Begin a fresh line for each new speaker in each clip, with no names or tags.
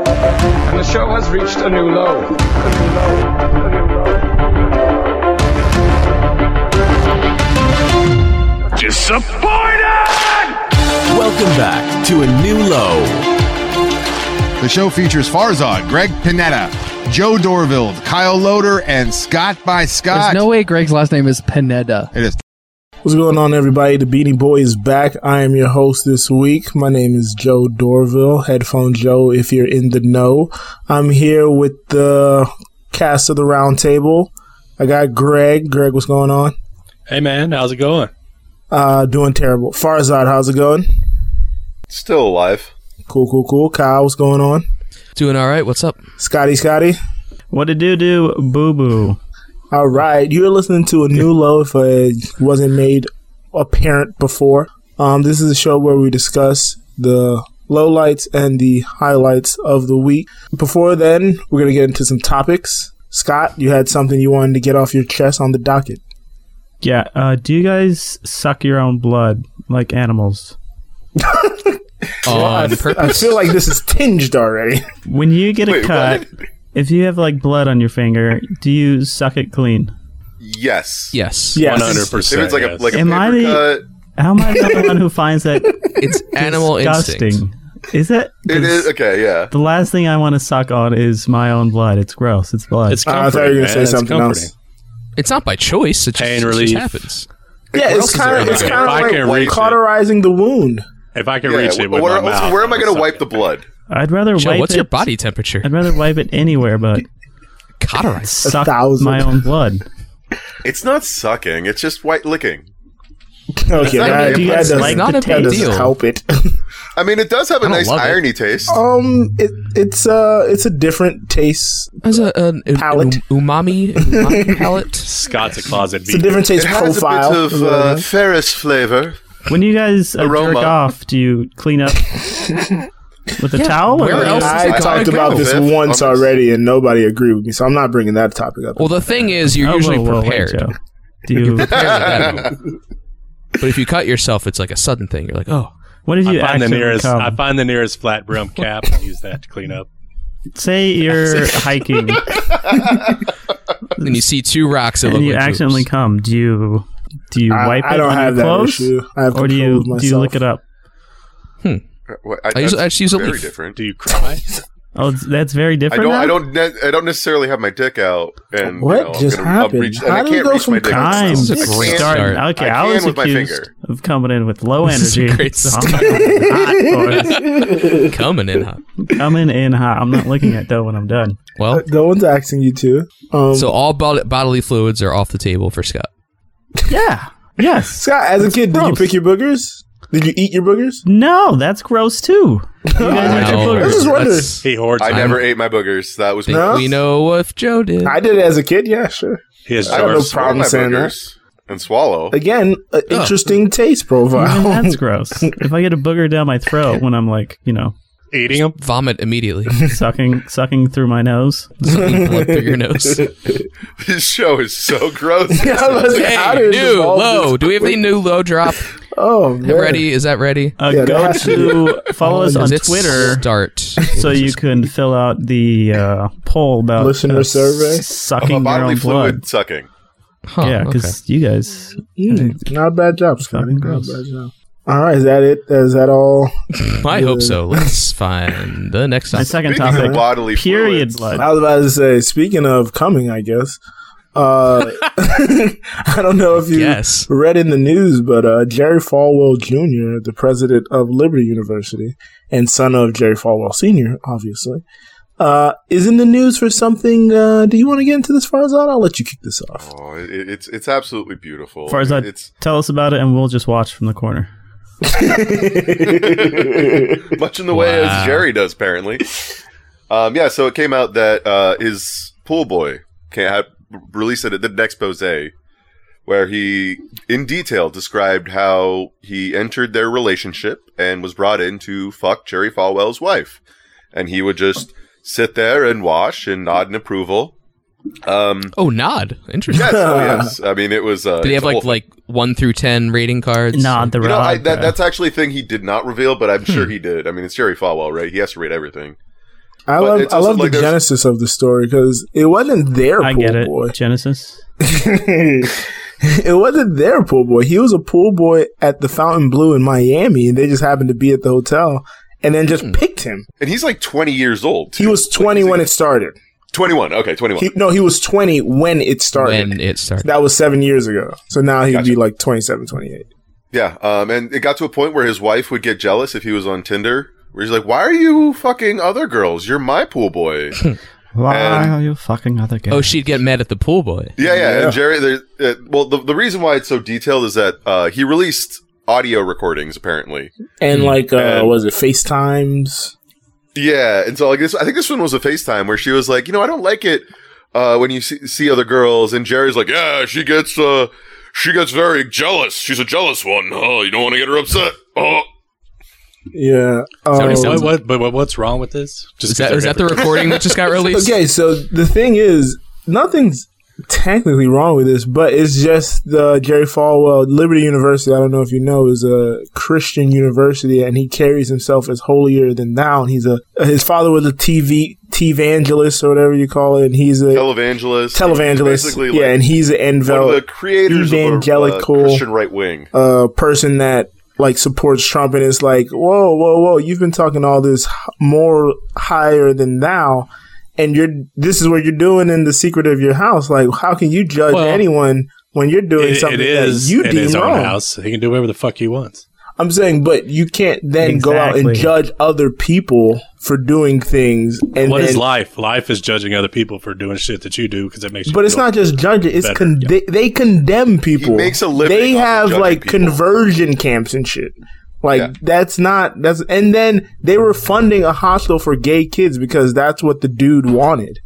and the show has reached a new low.
Disappointed!
Welcome back to a new low.
The show features Farzad, Greg Panetta, Joe Dorville, Kyle Loader, and Scott by Scott.
There's no way Greg's last name is Pineda.
it is.
What's going on, everybody? The Beanie Boy is back. I am your host this week. My name is Joe Dorville, Headphone Joe, if you're in the know. I'm here with the cast of the round table. I got Greg. Greg, what's going on?
Hey man, how's it going?
Uh, doing terrible. Farzad, how's it going?
Still alive.
Cool, cool, cool. Kyle, what's going on?
Doing all right. What's up?
Scotty, Scotty.
What a doo doo, boo boo.
All right, you're listening to a new low if uh, it wasn't made apparent before. Um, this is a show where we discuss the lowlights and the highlights of the week. Before then, we're gonna get into some topics. Scott, you had something you wanted to get off your chest on the docket.
Yeah, uh, do you guys suck your own blood like animals?
On
I
purpose.
feel like this is tinged already.
When you get a
Wait,
cut, if you have like blood on your finger, do you suck it clean?
Yes.
Yes.
Yes.
One hundred
If
percent.
it's like a like a
Am
paper
I the-
cut,
How am I the one who finds that
It's animal
disgusting?
instinct.
Is it?
it
'Cause
is okay. Yeah.
The last thing I want to suck on is my own blood. It's gross. It's blood.
it's
Uh, I
comforting,
thought you
man.
were gonna say
It's
something
comforting.
else.
It's not by choice. It just,
Pain
it just
relief.
happens.
Yeah, it's
is
kind
there?
of it's
If
kind
I
of
can
like
reach it.
cauterizing the wound.
If I can
yeah.
reach it
wh-
with
where,
my
also,
mouth,
where am I
I'll
gonna
suck
wipe
it.
the blood?
I'd rather
Joe,
wipe
what's
it.
your body temperature?
I'd rather wipe it anywhere, but
Cauterize.
suck
thousand.
my own blood.
It's not sucking. It's just white licking.
Okay,
not
that,
a big
that
deal. It's
doesn't,
like
not a
that
big
doesn't
deal.
help it.
I mean, it does have a
don't
nice
love it. Oh,
irony taste.
um, it it's uh it's a different taste
As a, an, an,
Palate.
an umami, umami palate.
Scott's a closet
It's a
beat.
different
It
taste
has
profile.
a bit of uh, Ferris flavor.
When you guys uh, jerk
Aroma.
off, do you clean up with a towel?
where
or-
else-
I
I
talked
agree
about
with
this
Viv.
once
I'm-
already, and nobody agreed with me, so I'm not bringing that topic up.
Well, the thing is, you're
Oh,
usually
whoa, whoa, wait,
prepared.
Joe. Do you,
Prepared at that moment. But if you cut yourself, it's like a sudden thing. You're like, oh,
what if you
I find the
accidentally
nearest.
come?
I find the nearest flat brim cap and use that to clean up.
Say you're hiking
and you see two rocks that
and
look
you
like
accidentally
boobs.
come. Do you do you
I-
wipe
I
it
don't
on
have
your
that
clothes,
issue. I have
or do you
control of
do you
myself.
look it up?
Well,
I usually- I
that's
just use a
very
leaf.
different.
Do you cry?
Oh, it's- that's very
I
different.
don't.
now?
I don't. Ne- I don't necessarily have my dick out. And
What
you know, I'm
just
gonna- I'll
happened?
Reach, and
How
I
did it
can't
go
reach
from
my dick. out.
Time
This is a
I
great
can't-
start.
starting. Okay,
I
I,
can
was
with my
accused
finger.
of coming in with low
This is a
energy.
great
so I'm not hot
coming in hot.
for it. Coming in hot. I'm not looking at dough when I'm done.
Well,
No one's asking you to. Um,
so all bod- bodily fluids are off the table for Scott.
Yeah. Yes.
Scott, as a kid, did you
gross.
pick your boogers? Did you eat your boogers?
No, that's gross too. You guys eat your
Now,
boogers.
This is wonder-
let's
He hoards.
I
them.
never ate my boogers. That was
think
No?
We know if Joe did.
I did it as a kid. Yeah, sure.
He has
I have
no
jars.
problem
my
saying that.
boogers and swallow.
Again, an
Ugh.
interesting taste
Even
profile.
that's gross. If I get a booger down my throat when I'm like, you know,
eating them.
Vomit immediately.
sucking sucking through my nose.
Sucking blood through your nose.
This show is so gross.
Yeah, I was like, how
Hey,
did it
new
evolve
low.
this-
Do we have any new low drop
Oh, man.
ready? Is that ready?
Uh,
Yeah, that
go
has to
to follow us on
Does it
Twitter
Start.
so you can fill out the uh, poll about
Listener
us
survey?
Of a
sucking your
bodily
own
fluid
blood.
sucking.
Huh,
yeah,
Oh, okay.
because you guys.
Mm, not a bad job, Scotty.
Fucking
Not a
gross.
bad job. All right, is that it? Is that all?
I hope so. Let's find the next
My
topic.
second
Speaking of
topic:
bodily
period
fluids,
blood.
I was about to say. Speaking of coming, I guess. Uh, I don't know if you
Yes.
read in the news, but uh, Jerry Falwell Jr., the president of Liberty University and son of Jerry Falwell Sr., obviously, uh, is in the news for something. Uh, do you want to get into this, Farzad? I'll let you kick this off.
Oh, it, it's it's absolutely beautiful.
Farzad,
it's
tell us about it, and we'll just watch from the corner.
much in the way
Wow.
as Jerry does, apparently. Um, yeah, so it came out that uh, his pool boy can had released it at the expose, where he in detail described how he entered their relationship and was brought in to fuck Jerry Falwell's wife, and he would just sit there and watch and nod in approval. Um,
Oh, nod. Interesting.
yes, oh yes. I mean, it was. Uh,
Do they have
it's a
like
whole-
like one through ten rating cards?
Nod the uh,
You
rod.
know, I, that,
bro.
Hmm.
that's actually a thing he did not reveal, but I'm sure he did. I mean, it's Jerry Falwell, right? He has to read everything.
I
But
love
it's
I
also
love
like
the
there's-
genesis of the story because it wasn't their
I
pool
get it.
boy.
Genesis.
it wasn't their pool boy. He was a pool boy at the Fountain Blue in Miami, and they just happened to be at the hotel, and then
Hmm.
just picked him.
And he's like 20 years old.
He
too.
was 20 when it started.
21. Okay, 21.
He, no, he was 20 when it started.
when it started.
that was seven years ago. So now he'd be
Gotcha.
like 27, 28.
yeah. Um, and it got to a point where his wife would get jealous if he was on Tinder. Where he's like, "Why are you fucking other girls? You're my pool boy."
Why
And-
are you fucking other guy?
Oh, she'd get mad at the pool boy.
Yeah, yeah.
Yeah.
And Jerry, there, uh, well, the, the reason why it's so detailed is that uh, he released audio recordings, apparently.
And like, uh,
Hmm. And-
was it FaceTimes?
Yeah, and so like this, I think this one was a FaceTime where she was like, you know, I don't like it uh, when you see, see other girls, and Jerry's like, yeah, she gets uh, she gets very jealous. She's a jealous one. Oh, you don't want to get her upset. Oh,
Yeah.
what it
Um,
What,
sounds
what, but what- what's wrong with this? Just
Is that,
'cause
is that the
they're
recording that just got released?
Okay, so the thing is, nothing's technically wrong with this, but it's just the Jerry Falwell Liberty University. I don't know if you know is a Christian university, and he carries himself as holier than thou. And he's a his father was a TV evangelist or whatever you call it, and he's a
televangelist,
televangelist.
basically,
Yeah,
like
and he's an
one of the
envel
creators of the
evangelical-
uh, Christian right wing.
uh, person that like supports Trump and is like, whoa, whoa, whoa, you've been talking all this h- more higher than thou, and you're this is what you're doing in the secret of your house. Like, how can you judge
Well,
anyone when you're doing
It,
something
it is
that you
in his
deem wrong?
own house. He can do whatever the fuck he wants.
I'm saying, but you can't then go out and
Exactly.
judge other people for doing things. And
What
then,
is life? Life is judging other people for doing shit that you do because it makes. you
But it's
feel-
not just judging; it's
better,
con- they, they condemn people.
makes a living
They
off of
have
judging
like
people.
conversion camps and shit. Like
Yeah.
that's not that's and then they were funding a hostel for gay kids because that's what the dude wanted.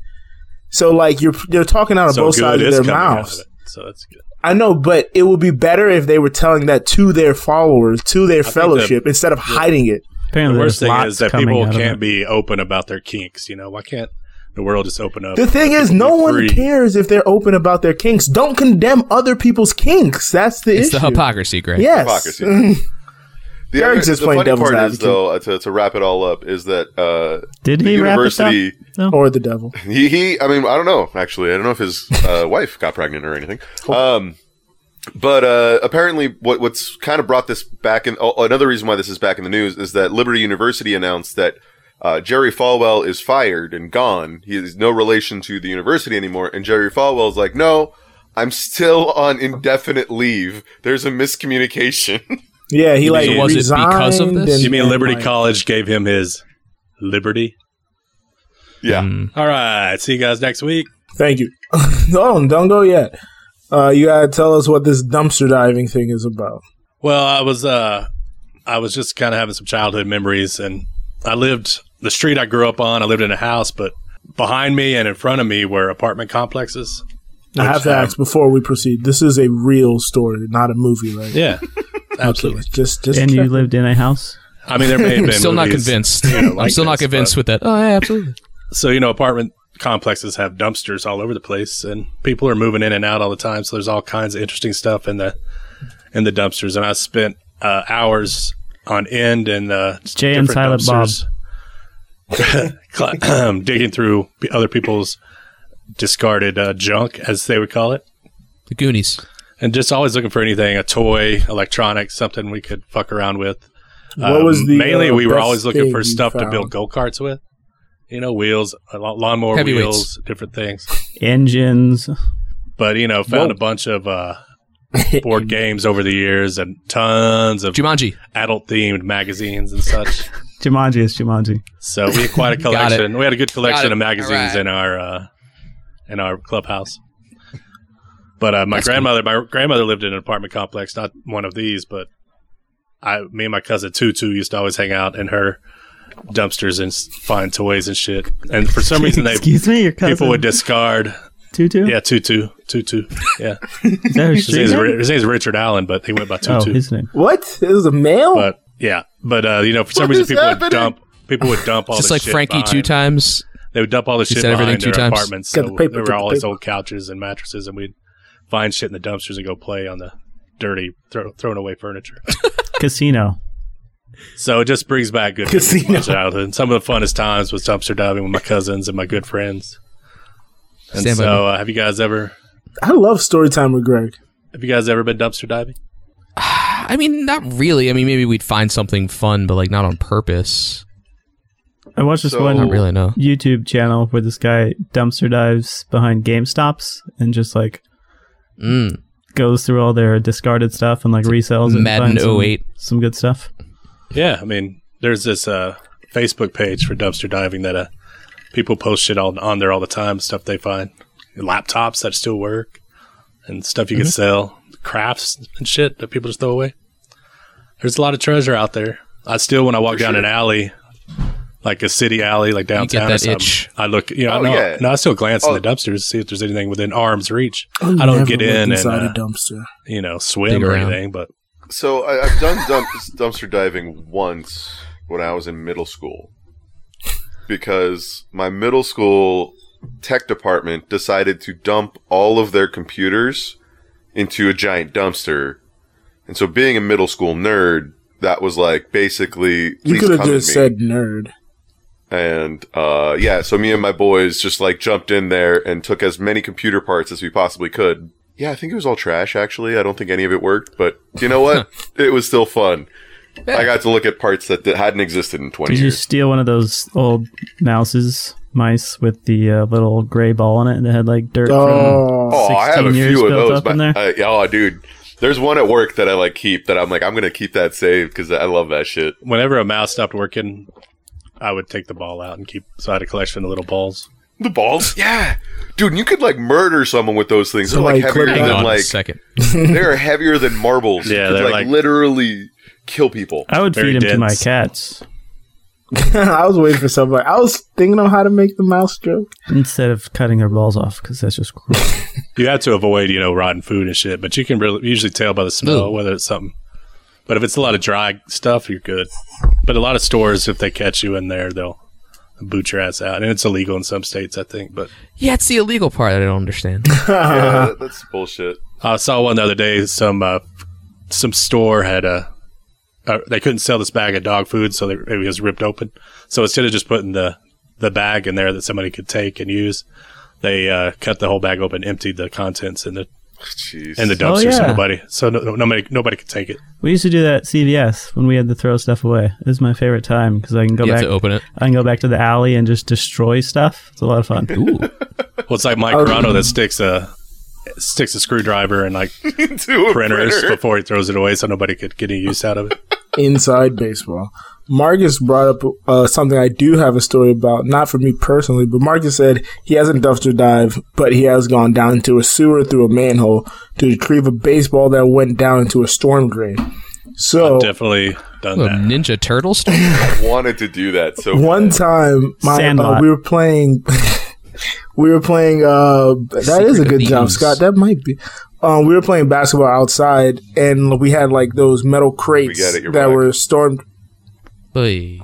So like you're they're talking out of
so
both
good
sides of
is
their
coming out of
mouths.
it. So that's good.
I know, but it would be better if they were telling that to their followers, to their
that-
fellowship, instead of hiding it.
Apparently,
The worst
there's
thing
lots
is that
coming
people
out of
can't
it.
be open about their kinks. You know, why can't the world just open up?
The thing is, no
be
one
free.
cares if they're open about their kinks. Don't condemn other people's kinks. That's the
it's
issue.
the hypocrisy, Greg.
Yes.
Hypocrisy. The,
Derek's just playing devil's advocate.
though, uh, to, to wrap it all up, is that uh,
Did
the
he wrap it up?
university.
or the devil.
He, he I mean, I don't know, actually. I don't know if his uh, wife got pregnant or anything. Um, but uh, apparently, what, what's kind of brought this back in, oh, another reason why this is back in the news is that Liberty University announced that uh, Jerry Falwell is fired and gone. He is no relation to the university anymore. And Jerry Falwell's like, no, I'm still on indefinite leave. There's a miscommunication.
Yeah, he like
mean- Was
it because of
resigned
this?
and-
you mean
and,
Liberty
like-
College gave him his liberty?
yeah.
Mm.
All right. See you guys next week.
Thank you. no, don't go yet. Uh, you gotta tell us what this dumpster diving thing is about.
Well, I was uh I was just kind of having some childhood memories and I lived the street I grew up on. I lived in a house, but behind me and in front of me were apartment complexes.
I have to ask before we proceed. This is a real story, not a movie, right?
Yeah. Absolutely.
Just, just.
And you
check.
lived in a house?
I mean, there may have been
I'm still not
movies.
convinced.
you know,
I'm
like
still not
this,
convinced
but-
with that. Oh, yeah, absolutely.
So, you know, apartment complexes have dumpsters all over the place and people are moving in and out all the time, so there's all kinds of interesting stuff in the in the dumpsters and I spent uh, hours on end in the
Jay and
different
Silent Bob.
dumpsters, cl- digging through p- other people's discarded uh, junk, as they would call it,
The Goonies.
and just always looking for anything—a toy, electronics, something we could fuck around with.
What was the,
Um, mainly?
uh,
we were
best
always looking
thing
for
you
stuff to
found?
build go karts with. You know, wheels, uh, lawn- lawnmower
Heavy
wheels, different things.
Engines.
But you know, found a bunch of uh, board games over the years and tons of
Jumanji.
adult-themed magazines and such.
Jumanji is Jumanji.
So we had quite a
Got it.
collection. We had a good
Got
collection
it.
of magazines
Alright.
in our uh, in our clubhouse. But uh, my grandmother, my grandmother lived in an apartment complex, not one of these. But I, me and my cousin Tutu used to always hang out in her dumpsters and s- find toys and shit. And for some reason, they
Excuse me, your cousin.
people would discard.
Tutu?
Yeah, Tutu, Tutu. Yeah,
Is that her
his name's,
street
Ri-
name?
his name's Richard Allen, but he went by Tutu
Oh, his name.
What? It was a male.
but yeah, but uh, you know, for some
What
reason,
is
people
happening?
would dump. People would dump all
Just
the
like
shit
Frankie
behind.
two times.
They would dump all the shit
said
behind
everything two
their
times.
apartments.
Got
so
the paper,
there
got
were
the
all these
paper.
old couches and mattresses, and we'd find shit in the dumpsters and go play on the dirty, throw, thrown away furniture.
Casino.
So it just brings back good memories of my childhood. Some of the funnest times was dumpster diving with my cousins and my good friends. And
Stand by
so, uh, have you guys ever
I love story time with Greg.
have you guys ever been dumpster diving?
I mean, not really. I mean, maybe we'd find something fun, but like not on purpose.
I watched this
So-
one
Not really. No.
YouTube channel where this guy dumpster dives behind Game Stops and just like
Mm.
goes through all their discarded stuff and like resells it. and
Madden
finds some-
08.
Some good stuff.
Yeah, I mean, there's this uh, Facebook page for dumpster diving that uh, people post shit on, on there all the time. Stuff they find, laptops that still work, and stuff you can sell, crafts and shit that people just throw away. There's a lot of treasure out there. I still, when I walk
For
down
sure.
an alley, like a city alley, like
get
downtown, or
that
something,
itch.
I look, you know,
Oh,
no,
yeah.
no, I still glance
Oh.
in the dumpsters to see if there's anything within arm's reach. I don't
Oh, never
get
look
in and
inside
uh,
a dumpster.
you know swim
Dig
or
around.
anything, but
So I, I've done dump, dumpster diving once when I was in middle school because my middle school tech department decided to dump all of their computers into a giant dumpster. And so being a middle school nerd, that was like basically
You
"Please
could have
come at
just
me."
said nerd.
and uh yeah, so me and my boys just like jumped in there and took as many computer parts as we possibly could. Yeah, I think it was all trash actually. I don't think any of it worked, but you know what? it was still fun. I got to look at parts that, that hadn't existed in 20
Did you
years.
steal one of those old mouses, mice with the uh, little gray ball in it that had like
Hmm.
dirt?
Oh,
Oh, I have a
16 years
few of
built
those.
up in
But,
there?
uh, yeah, oh, dude. There's one at work that I like keep that I'm like I'm gonna keep that saved because I love that shit.
whenever a mouse stopped working, I would take the ball out and keep. So I had a collection of little balls.
The balls, yeah, dude. and You could like murder someone with those things.
So,
They're like
like,
heavier
clip
Hang
than
on a
like
second.
they are heavier than marbles.
Yeah,
you could,
they're,
like,
like-
literally kill people.
I would
Very
feed him to my
dense.
cats
I was waiting for something. I was thinking of how to make the mouse joke.
instead of cutting their balls off because that's just cruel.
You have to avoid, you know, rotten food and shit, but you can really usually tell by the smell
Ooh.
whether it's something. But if it's a lot of dry stuff, you're good. But a lot of stores, if they catch you in there, they'll boot your ass out, and it's illegal in some states, I think. But
Yeah, it's the illegal part that I don't understand.
yeah, that- that's bullshit.
I saw one the other day. Some uh, some store had a uh, they couldn't sell this bag of dog food, so they, it was ripped open. So instead of just putting the the bag in there that somebody could take and use, they uh, cut the whole bag open, emptied the contents in the
Jeez.
in the
Oh,
dumpster, so
yeah.
nobody so no, nobody nobody could take it.
we used to do that at CVS when we had to throw stuff away. It was my favorite time because I can go
you have
back.
to open it.
I can go back to the alley and just destroy stuff. It's a lot of fun.
Ooh.
Well, it's like Mike
Oh.
Carano that sticks a sticks a screwdriver and like
Into a
printers
printer.
before he throws it away, so nobody could get any use out of it.
Inside baseball. Marcus brought up uh, something I do have a story about, not for me personally, but Marcus said he hasn't dumpster dive, but he has gone down into a sewer through a manhole to retrieve a baseball that went down into a storm drain.
Oh.
So
Definitely done
Little
that.
Ninja Turtle stuff.
wanted to do that so
one time my, uh,
Sandlot.
we were playing we were playing uh that is a
Secret
good job
News.
scott that might be um we were playing basketball outside and we had like those metal crates
get it, you're
that
back.
were stormed
Oy.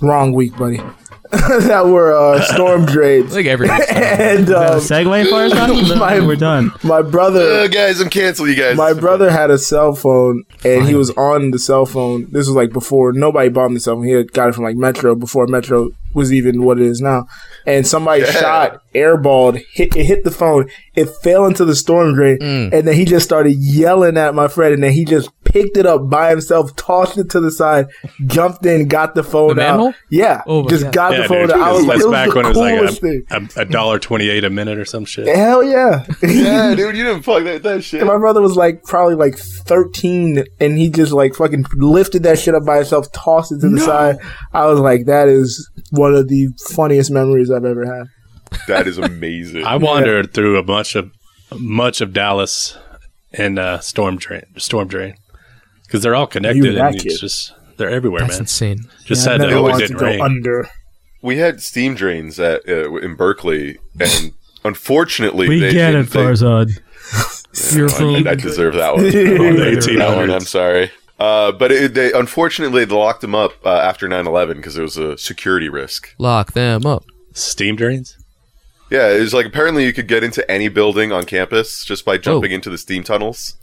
wrong week buddy that were uh storm drains
Like everything's
and
A
um,
segue for us? Don?
my-
Then We're done.
my brother
Uh, guys, I'm canceling you guys.
my brother had a cell phone and he was on the cell phone. This was like before nobody bought him the cell phone. He had got it from like Metro before Metro was even what it is now. And somebody shot, airballed, hit it hit the phone. It fell into the storm drain,
Mm.
and then he just started yelling at my friend. And then he just picked it up by himself, tossed it to the side, jumped in, got the phone
The
out.
manhole?
Yeah,
Oh my
just
God.
got
Yeah,
the phone
dude,
out. I was like,
that's
it was
back
the
when it was
coolest
like
thing.
a- a- a dollar twenty eight a minute or some shit.
Hell yeah!
yeah, dude, you didn't fuck that, that shit.
And my brother was like probably like 13 and he just like fucking lifted that shit up by himself, tossed it to the side. I was like, that is one of the funniest memories I've ever had.
That is amazing.
I wandered through a bunch of much of Dallas and uh, storm drain, storm drain, because they're all connected.
You were
and
that
it's
kid.
just they're everywhere,
That's
man.
insane.
Just
I
sad that it
never
always
wanted
didn't
to go
rain.
under.
we had steam drains at uh, in Berkeley, and unfortunately,
We
they
get it,
didn't think-
Farzad.
You're
I, I deserve that one. that one. I'm
1800s.
sorry. Uh, but it, they unfortunately they locked them up uh, after 9/11 because it was a security risk.
Lock them up.
Steam drains.
Yeah, it was like apparently you could get into any building on campus just by jumping into the steam tunnels.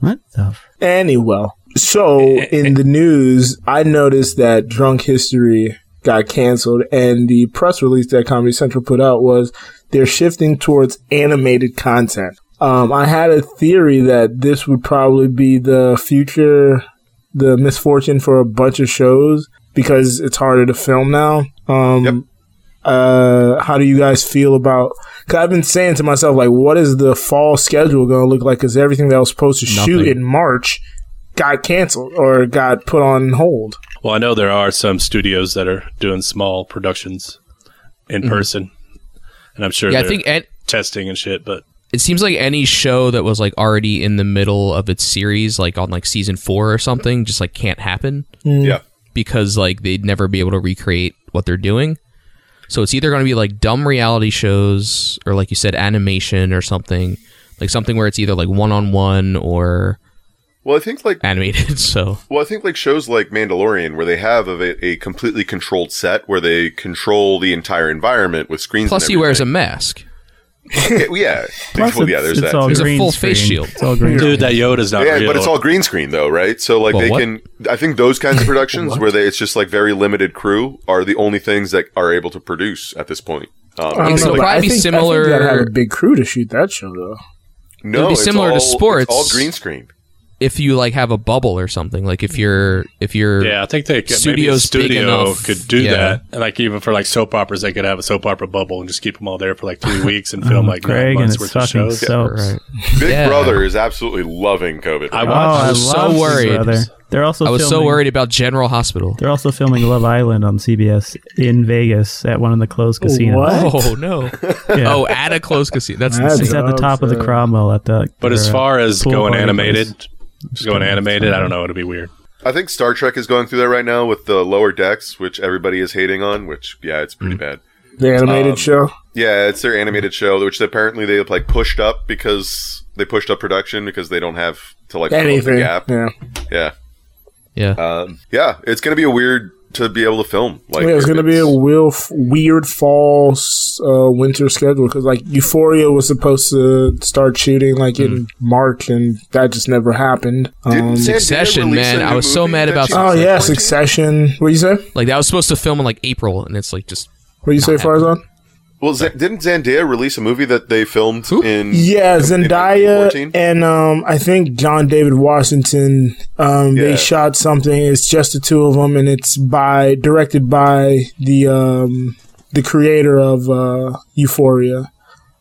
What the? F-
Anyway, So in the news, I noticed that Drunk History got canceled, and the press release that Comedy Central put out was they're shifting towards animated content. Um, I had a theory that this would probably be the future, the misfortune for a bunch of shows because it's harder to film now. Um,
Yep.
uh, how do you guys feel about? Cause I've been saying to myself, like, what is the fall schedule going to look like? Because everything that I was supposed to shoot
Nothing.
in March got canceled or got put on hold.
Well, I know there are some studios that are doing small productions in person, and I'm sure
Yeah, I
they're
think an-
testing and shit. But
it seems like any show that was like already in the middle of its series, like on like season four or something, just like can't happen
Yeah.
because like they'd never be able to recreate what they're doing. So it's either going to be like dumb reality shows or like you said, animation or something, like something where it's either like one on one or
Well, I think like
animated. So
well, I think like shows like Mandalorian, where they have a, a completely controlled set where they control the entire environment with screens.
plus
and
he wears a
everything.
mask.
yeah, yeah.
Plus,
well, yeah,
it's,
there's
it's
that.
all
too.
There's a
green
full
screen.
face shield.
It's all green.
dude, that Yoda's not
yeah,
real.
but it's all green screen though, right? So like
Well,
they
what?
can. I think those kinds of productions where they it's just like very limited crew are the only things that are able to produce at this point. Um,
I
I
don't
think,
know.
like,
probably be similar-
I think that had a big crew to shoot that show though.
no,
it'd be
it's
similar to
all- it's
sports.
all green screen.
If you like have a bubble or something, like if you're if you're
yeah, I think they could, maybe a
Studio's big
studio
enough,
could do
yeah.
that. And like even for like soap operas, they could have a soap opera bubble and just keep them all there for like three weeks and film like nine
Greg Oh, and
Oh months
it's
worth of
fucking
shows.
soaps.
right.
Big
Yeah.
Brother is absolutely loving COVID.
I
right
Oh,
now.
watched.
I,
was so
love Big
worried.
Brother. They're also
I was so
filming-
worried about General Hospital.
They're also filming Love Island on CBS in Vegas at one of the closed casinos.
What?
Oh no!
Yeah.
Oh, at a closed casino. That's
That's
It's
insane.
at the top of the
Drugs, uh,
Cromwell at the.
But as
or, uh,
far as
pool
going
party
animated,
place.
just going animated, I don't know. It'll be weird.
I think Star Trek is going through that right now with the lower decks, which everybody is hating on. Which yeah, it's
Mm.
pretty bad.
The animated
Um,
show.
Yeah, it's their animated show, which apparently they like pushed up because they pushed up production because they don't have to like fill up
Anything.
the gap.
Yeah.
Yeah,
Yeah.
um, yeah, it's gonna be a weird to be able to film. Like
yeah, it's gonna be a real f- weird fall s- uh, winter schedule because like Euphoria was supposed to start shooting like in March and that just never happened. Um,
Didn't Zendaya
Succession,
release a
man.
new
I was so
movie
mad
that
about
she-
oh yeah,
Succession?
Succession. What do you say? What
Like that was supposed to film in like April, and it's like just
do you say,
Not
Farzan?
Well, Z- didn't Zendaya release a movie that they filmed
Who?
in?
Yeah,
in
Zendaya
2014?
and um, I think John David Washington. Um,
Yeah.
They shot something. It's just the two of them, and it's by directed by the um, the creator of uh, Euphoria.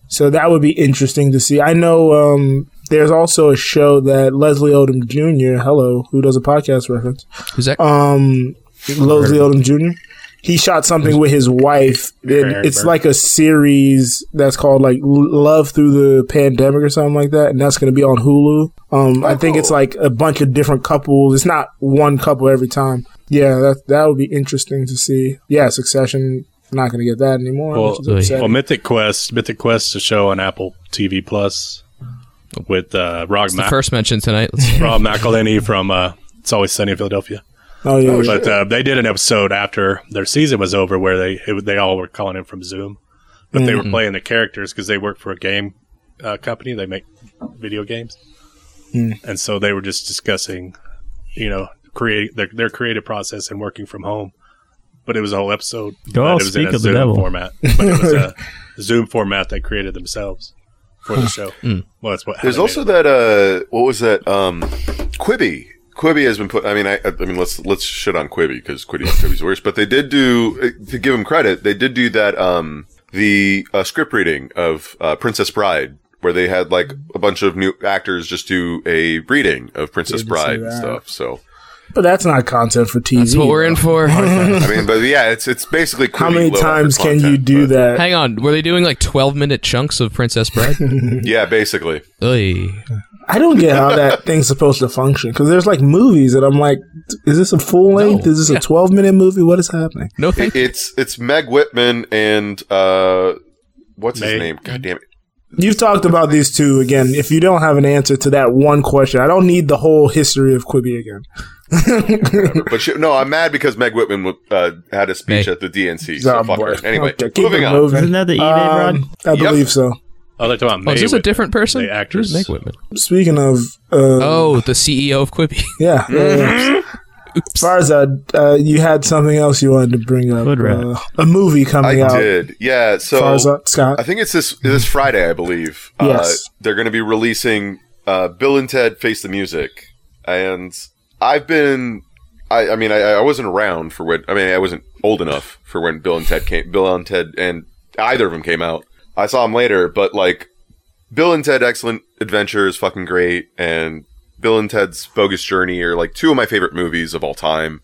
So that would be interesting to see. I know um, there's also a show that Leslie Odom Jr. Hello, who does a podcast reference?
who's that?
Um, Leslie Odom Jr. He shot something with his wife. It, it's like a series that's called like L- Love Through the Pandemic or something like that, and that's going to be on Hulu. Um,
Oh,
I think it's like a bunch of different couples. It's not one couple every time. Yeah, that that would be interesting to see. Yeah, Succession. Not going to get that anymore.
Well,
which is
uh,
upsetting.
Well, Mythic Quest, Mythic Quest, is a show on Apple TV Plus with uh, Rob,
it's the
Ma-
first mention tonight. Let's-
Rob McElhenney from uh, It's Always Sunny in Philadelphia.
oh yeah,
But uh, they did an episode after their season was over where they it, they all were calling in from Zoom, but they were playing the characters because they work for a game uh, company. They make video games, and so they were just discussing, you know, creating their, their creative process and working from home. But it was a whole episode. but
Go all
it was in a
speak of the
Zoom
devil.
format, but it was a Zoom format they created themselves for the show. Well, that's what. how
There's
they made
also
it.
that uh what was that um Quibi. Quibi has been put I mean I I mean let's let's shit on Quibi cuz Quibi Quibi's worse, but they did do uh, to give them credit, they did do that um the uh, script reading of uh, Princess Bride where they had like a bunch of new actors just do a reading of Princess
Didn't see
Bride and
that.
stuff. So
but that's not content for TV.
That's what we're in for.
I mean, but yeah, it's it's basically Quibi
How many
low effort
times can you
content,
do
but-
that?
Hang on, were they doing like twelve minute chunks of Princess Bride?
Yeah, basically.
Oy.
I don't get how that thing's supposed to function because there's like movies and I'm like, is this a full length? Is this a 12 minute movie? What is happening?
No thank.
It- it's it's Meg Whitman and uh what's
Meg.
his name? God damn it.
You've talked about these two again. If you don't have an answer to that one question, I don't need the whole history of Quibi again.
But she, no, I'm mad because Meg Whitman uh, had a speech
Hey.
at the DNC.
Oh,
So fuck
boy.
her. Anyway,
Okay, keep
moving
it
on.
moving.
Isn't that the eBay
Um,
rod?
I
Yep.
believe so.
Oh, they're talking about
Oh,
May
is this a
Whitman,
different person?
The actress.
Who's Meg Whitman?
Speaking of, uh,
Oh, the CEO of Quibi.
yeah, yeah, yeah. Farzad, uh, you had something else you wanted to bring up.
Hood rat.
Uh, a movie coming
I
out.
did. Yeah. So
Farzad uh, Scott.
I think it's this this Friday, I believe.
Yes.
Uh, they're going to be releasing uh, Bill and Ted Face the Music, and I've been. I, I mean, I, I wasn't around for when. I mean, I wasn't old enough for when Bill and Ted came. Bill and Ted and either of them came out. I saw them later, but like Bill and Ted Excellent Adventure is fucking great, and Bill and Ted's Bogus Journey are like two of my favorite movies of all time.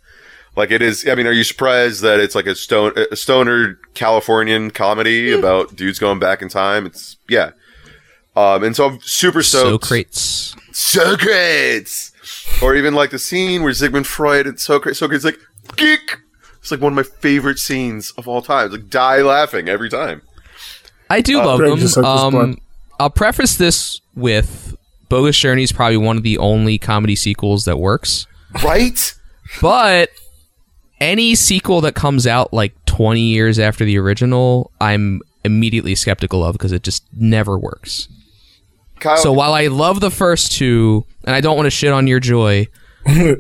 Like it is. I mean, are you surprised that it's like a stone a stoner Californian comedy about dudes going back in time? It's yeah. Um, and so I'm super stoked.
Socrates.
Socrates, or even like the scene where Sigmund Freud and Socrates, Socrates like geek. It's like one of my favorite scenes of all time. It's like die laughing every time.
I do love
Greg just
them.
sucked his blood.
Um, I'll preface this with Bogus Journey is probably one of the only comedy sequels that works.
Right?
But any sequel that comes out like 20 years after the original, I'm immediately skeptical of because it just never works.
Kyle,
So while I love the first two, and I don't want to shit on your joy,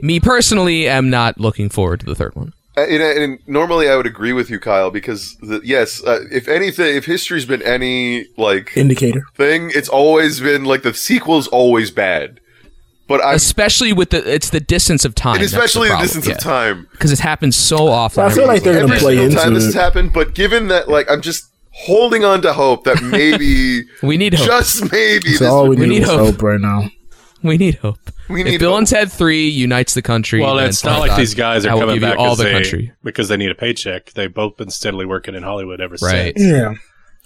me personally am not looking forward to the third one.
Uh, And, and normally I would agree with you, Kyle, because the, yes, uh, if anything, if history's been any like
Indicator.
thing, it's always been like the sequel's always bad. But I,
Especially with the it's the distance of time.
and especially the distance of time.
because it happens so often.
I feel like they're going to
Every
play
single time
into
this has
it.
happened, but given that, like, I'm just holding on to hope that maybe,
we need hope.
just maybe, this,
So all we,
we
need
need
is
hope.
hope right now.
we need hope.
We
if
need
Bill
hope.
and Ted Three unites the country,
Well,
then
it's not
fine,
like
God.
these guys are
I will
coming
give you
back
all
'cause
the
they,
country.
because they need a paycheck. They've both been steadily working in Hollywood ever
Right.
since.
Yeah.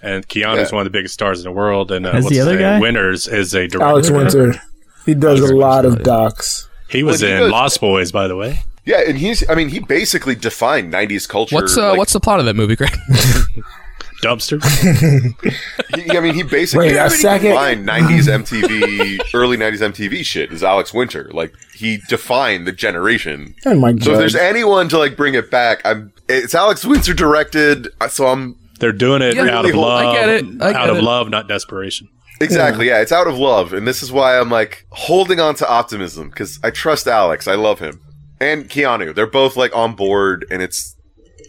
And Keanu's
Yeah.
one of the biggest stars in the world. And uh,
Is
what's
the
his
other
name?
guy?
Winners is a director.
Alex Winter. He does a lot of docs.
He was
Well, he
in
goes-
Lost Boys, by the way.
yeah. And he's, I mean, he basically defined '90s culture.
What's uh,
like,
what's the plot of that movie, Greg?
Dumpster.
He, I mean, he basically
Wait a
everybody
second.
defined '90s MTV, early '90s MTV shit is Alex Winter. Like he defined the generation.
And Mike
So if
Judge.
there's anyone to like bring it back, I'm. It's Alex Winter directed, uh, so I'm
They're doing it
Yeah,
out of
really,
love.
I get it. I
out
get
of
it.
love, not desperation.
exactly yeah. It's out of love, and this is why I'm like holding on to optimism because I trust Alex. I love him and Keanu. They're both like on board, and it's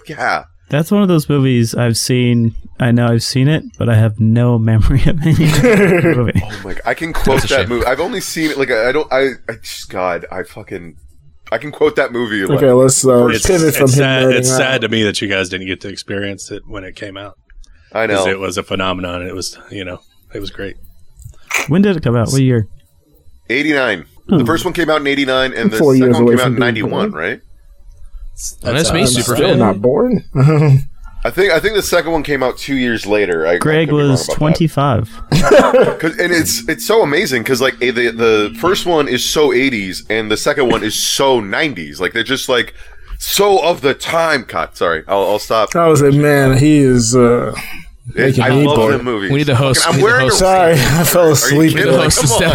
yeah.
That's one of those movies I've seen. I know I've seen it, but I have no memory of any movie.
Oh my! God. I can quote
That's a
that
shame.
movie. I've only seen it like I I don't. I, I just God. I fucking. I can quote that movie. Like,
Okay, let's uh,
It's,
pivot from
it's
him.
sad,
nerding
it's
out.
sad to me that you guys didn't get to experience it when it came out.
I know.
Because it was a phenomenon. It was, you know, it was great.
When did it come out? What year?
89. The first one came out in 89, and the
Hmm. Four
second
years
one
away
came out
from
in
being
91, right?
That's me,
I'm
super
still
fan.
not bored.
I think I think the second one came out two years later. I,
Greg was 25.
'Cause- and it's it's so amazing because like eh, the the first one is so 80s, and the second one is so 90s. Like they're just like so of the time. God, sorry, I'll, I'll stop.
I was like, man, he is. Uh,
It-
making
I
me
love
bored.
them movies.
We need a host.
I'm
We need a
wearing
host.
sorry, I fell asleep.
kidding?
the
Like,
host to
come
step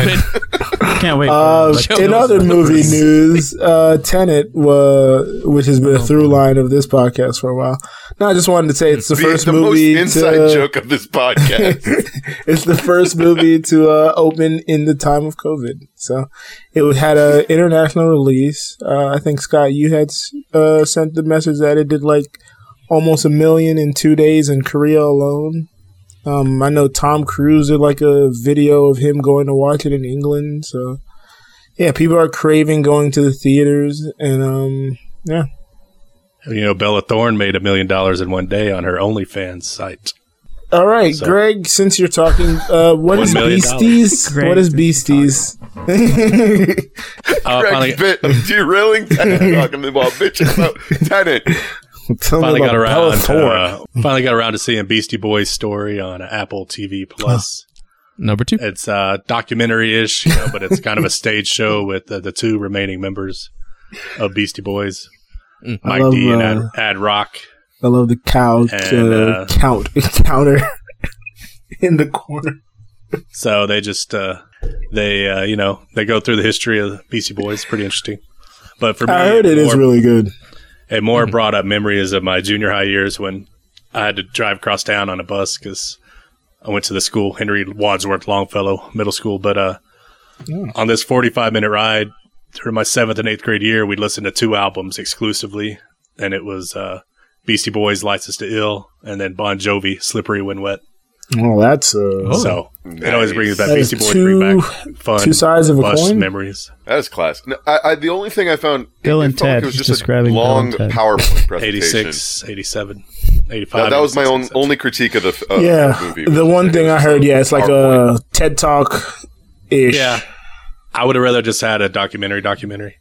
on.
in.
Can't wait.
Uh,
Joe
in
knows
other
the
movie
numbers.
news, uh, Tenet, uh, which has
Oh,
been a through line of this podcast for a while. No, I just wanted to say it's the
The,
first
the
movie
most inside
to,
joke of this podcast.
it's the first movie to uh, open in the time of COVID. So it had a international release. Uh, I think Scott, you had uh, sent the message that it did like almost a million in two days in Korea alone. Um, I know Tom Cruise did like a video of him going to watch it in England. So yeah, people are craving going to the theaters, and um, yeah,
You know, Bella Thorne made a million dollars in one day on her OnlyFans site.
All right,
So-
Greg. Since you're talking, uh, what
One
is
million
beasties?
Greg,
What is
since
beasties?
you're
Uh, finally,
Greg's bit of derailing Tenet, talking about bitches about Tenet.
Tell me
finally
about
got around. To,
Bellator.
uh, finally got around to seeing Beastie Boys' story on Apple TV Plus.
Number two.
it's uh, documentary-ish, you know, but it's kind of a stage show with uh, the two remaining members of Beastie Boys, Mike
Mm. love,
D and Ad,
uh,
Ad Rock.
I love the cow
And,
uh,
uh,
count counter in the corner.
So they just uh, they uh, you know they go through the history of the Beastie Boys. Pretty interesting. But for me,
I heard it is
more-
really good.
It
Mm-hmm.
more brought up memories of my junior high years when I had to drive across town on a bus because I went to the school, Henry Wadsworth Longfellow Middle School. But uh, on this 45 minute ride through my seventh and eighth grade year, we listened to two albums exclusively. And it was uh, Beastie Boys, License to Ill, and then Bon Jovi, Slippery When Wet.
Well, that's uh,
So it always brings back
That is
Beastie Boys,
two-
bring back fun,
two sides of a
bus
coin.
memories.
That is classic. No, I, I, the only thing I found it-
Bill
it,
and
felt like
Ted,
it was
he's
just a
describing Bill
long
and Ted.
PowerPoint presentation.
86, 87, 85.
No, that was my
86,
own,
87.
only critique of the f- of
yeah.
the movie. was
The
just
one
that
thing
it
I
was
heard, yeah, it's like
PowerPoint.
a TED Talk ish.
Yeah. I would have rather just had a documentary documentary.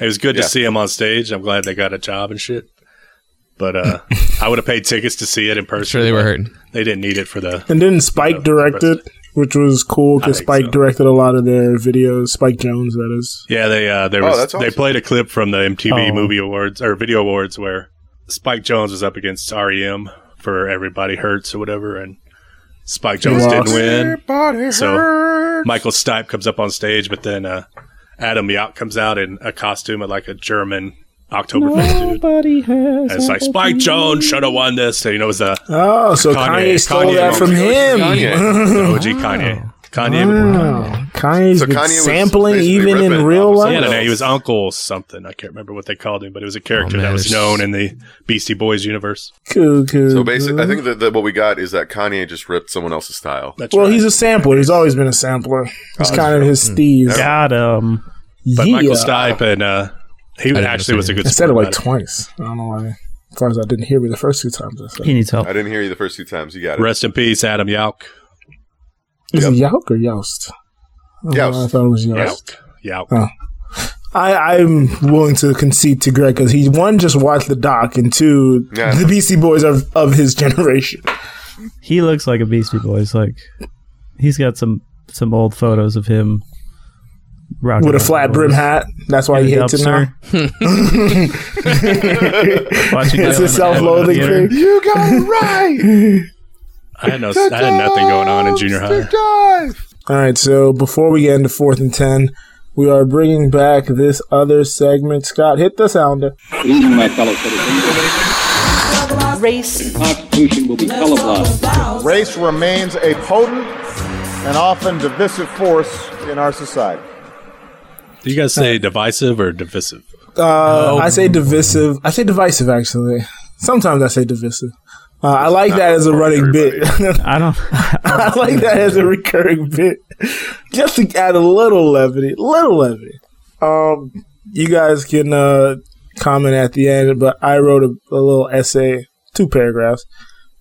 It was good
Yeah.
to see him on stage. I'm glad they got a job and shit. But uh, I would have paid tickets to see it in person.
Sure, they were hurting.
They didn't need it for the.
And then Spike
Yeah,
directed, which was cool because
think
Spike
so.
directed a lot of their videos. Spike Jones, that is.
Yeah, they uh, there
Oh,
was
that's awesome.
they played a clip from the MTV
Oh.
Movie Awards or Video Awards where Spike Jones was up against REM for Everybody Hurts or whatever, and Spike Jones
lost.
didn't win. so Michael Stipe comes up on stage, but then uh, Adam Yacht comes out in a costume of like a German Oktoberfest dude.
Nobody has.
And it's like Spike Jones should have won this. So, you know, it was the
Oh, so Kanye,
Kanye-
stole
Kanye
that
owns
from
it.
him.
Kanye.
the
Oh.
OG Kanye. Kanye before Kanye.
Wow. Kanye's
So
been
Kanye was
sampling
basically
even in
ripping
real
off
He
someone
had
life.
a
else.
name. He was Uncle something. I can't remember what they called him, but it was a character
Oh, man,
that was
it's-
known in the Beastie Boys universe.
Cool, cool,
So basically, I
cool.
think that, that what we got is that Kanye just ripped someone else's style.
That's
Well,
right.
he's a sampler. He's always been a sampler. It's kind of his steez.
Got him.
but Michael
Yeah.
Stipe and uh, he
didn't
actually was a
understand.
good.
I said
sport
it like
about
twice. I don't know why. As far as I didn't hear me the first two times. I said.
He needs help.
I didn't hear you the first two times. You got it.
Rest in peace, Adam Yauch.
Is it Yauk or Youst? I don't know,
Youst.
I thought it was Youst.
Yauch. Yauch.
Oh. I, I'm willing to concede to Greg because he one just watched the doc and two
Yeah.
the BC Boys of, of his generation.
He looks like a Beastie Boys. Like he's got some some old photos of him rocking
with a
out
flat
the
brim
boys.
hat. That's why
In
he
a
hates it now.
dumpster. Watching
It's
Dylan
a self-loathing
Dylan Theater.
thing.
You got it right.
I had no. I had nothing going on in junior high.
All right, so before we get into fourth and ten, we are bringing back this other segment. Scott, hit the sounder.
Good evening, my fellow citizens.
race,
The Constitution will be colorblind.
Race remains a potent and often divisive force in our society.
Do you guys say divisive or divisive?
Uh, I say divisive. I say divisive, actually. Sometimes I say divisive. Uh, I like that as a running bit.
I don't.
I like that as a recurring bit, just to add a little levity, little levity. Um, you guys can uh, comment at the end, but I wrote a, a little essay, two paragraphs,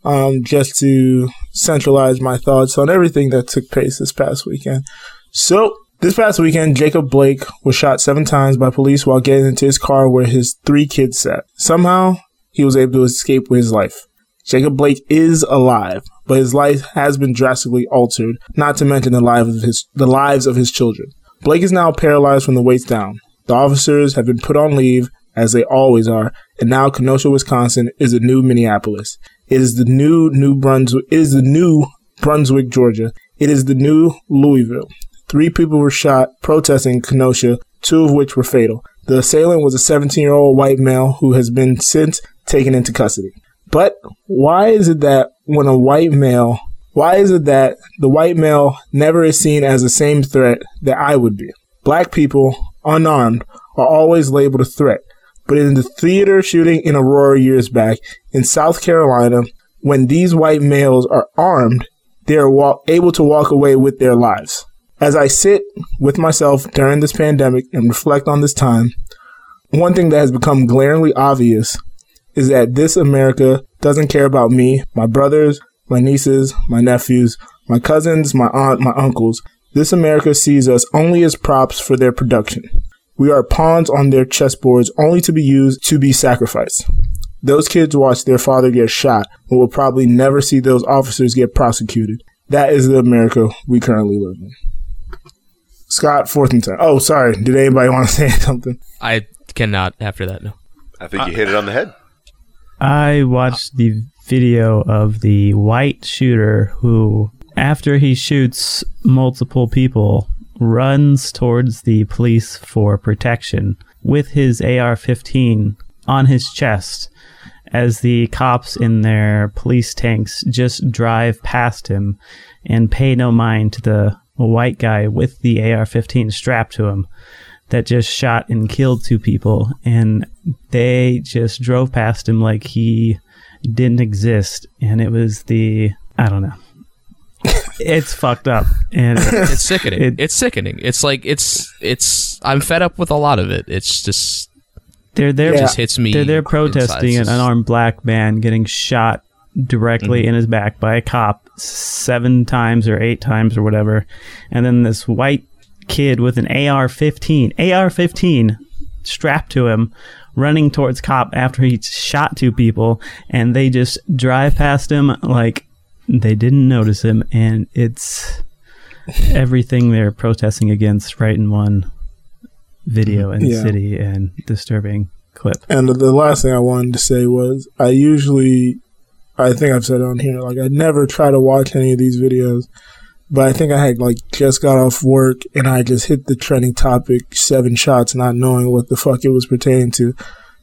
um, just to centralize my thoughts on everything that took place this past weekend. So. This past weekend, Jacob Blake was shot seven times by police while getting into his car where his three kids sat. Somehow, he was able to escape with his life. Jacob Blake is alive, but his life has been drastically altered, not to mention the lives of his the lives of his children. Blake is now paralyzed from the waist down. The officers have been put on leave, as they always are, and now Kenosha, Wisconsin is a new Minneapolis. It is the new New Brunswick it is the new Brunswick, Georgia. It is the new Louisville. Three people were shot protesting in Kenosha, two of which were fatal. The assailant was a 17 year old white male who has been since taken into custody. But why is it that when a white male, why is it that the white male never is seen as the same threat that I would be? Black people, unarmed, are always labeled a threat. But in the theater shooting in Aurora years back in South Carolina, when these white males are armed, they are wa- able to walk away with their lives. As I sit with myself during this pandemic and reflect on this time, one thing that has become glaringly obvious is that this America doesn't care about me, my brothers, my nieces, my nephews, my cousins, my aunt, my uncles. This America sees us only as props for their production. We are pawns on their chessboards only to be used to be sacrificed. Those kids watch their father get shot and will probably never see those officers get prosecuted. That is the America we currently live in. Scott, fourth and ten. Oh, sorry. Did anybody want to say something?
I cannot after that. No.
I think you
Uh,
hit it on the head.
I watched the video of the white shooter who, after he shoots multiple people, runs towards the police for protection with his AR 15 on his chest as the cops in their police tanks just drive past him and pay no mind to the white guy with the AR 15 strapped to him that just shot and killed two people. And they just drove past him like he didn't exist. And it was the, I don't know. it's fucked up and
it's sickening. it's sickening. It's like it's it's. I'm fed up with a lot of it. It's just
They're there.
It just hits me.
They're there
inside.
protesting
It's
an unarmed black man getting shot directly in his back by a cop seven times or eight times or whatever, and then this white kid with an AR-15, AR-15 strapped to him, running towards cop after he shot two people, and they just drive past him like they didn't notice him, and it's everything they're protesting against right in one video and
Yeah.
city and disturbing clip.
And the last thing I wanted to say was I usually, I think I've said it on here, like I never try to watch any of these videos, but I think I had like just got off work and I just hit the trending topic seven shots, not knowing what the fuck it was pertaining to.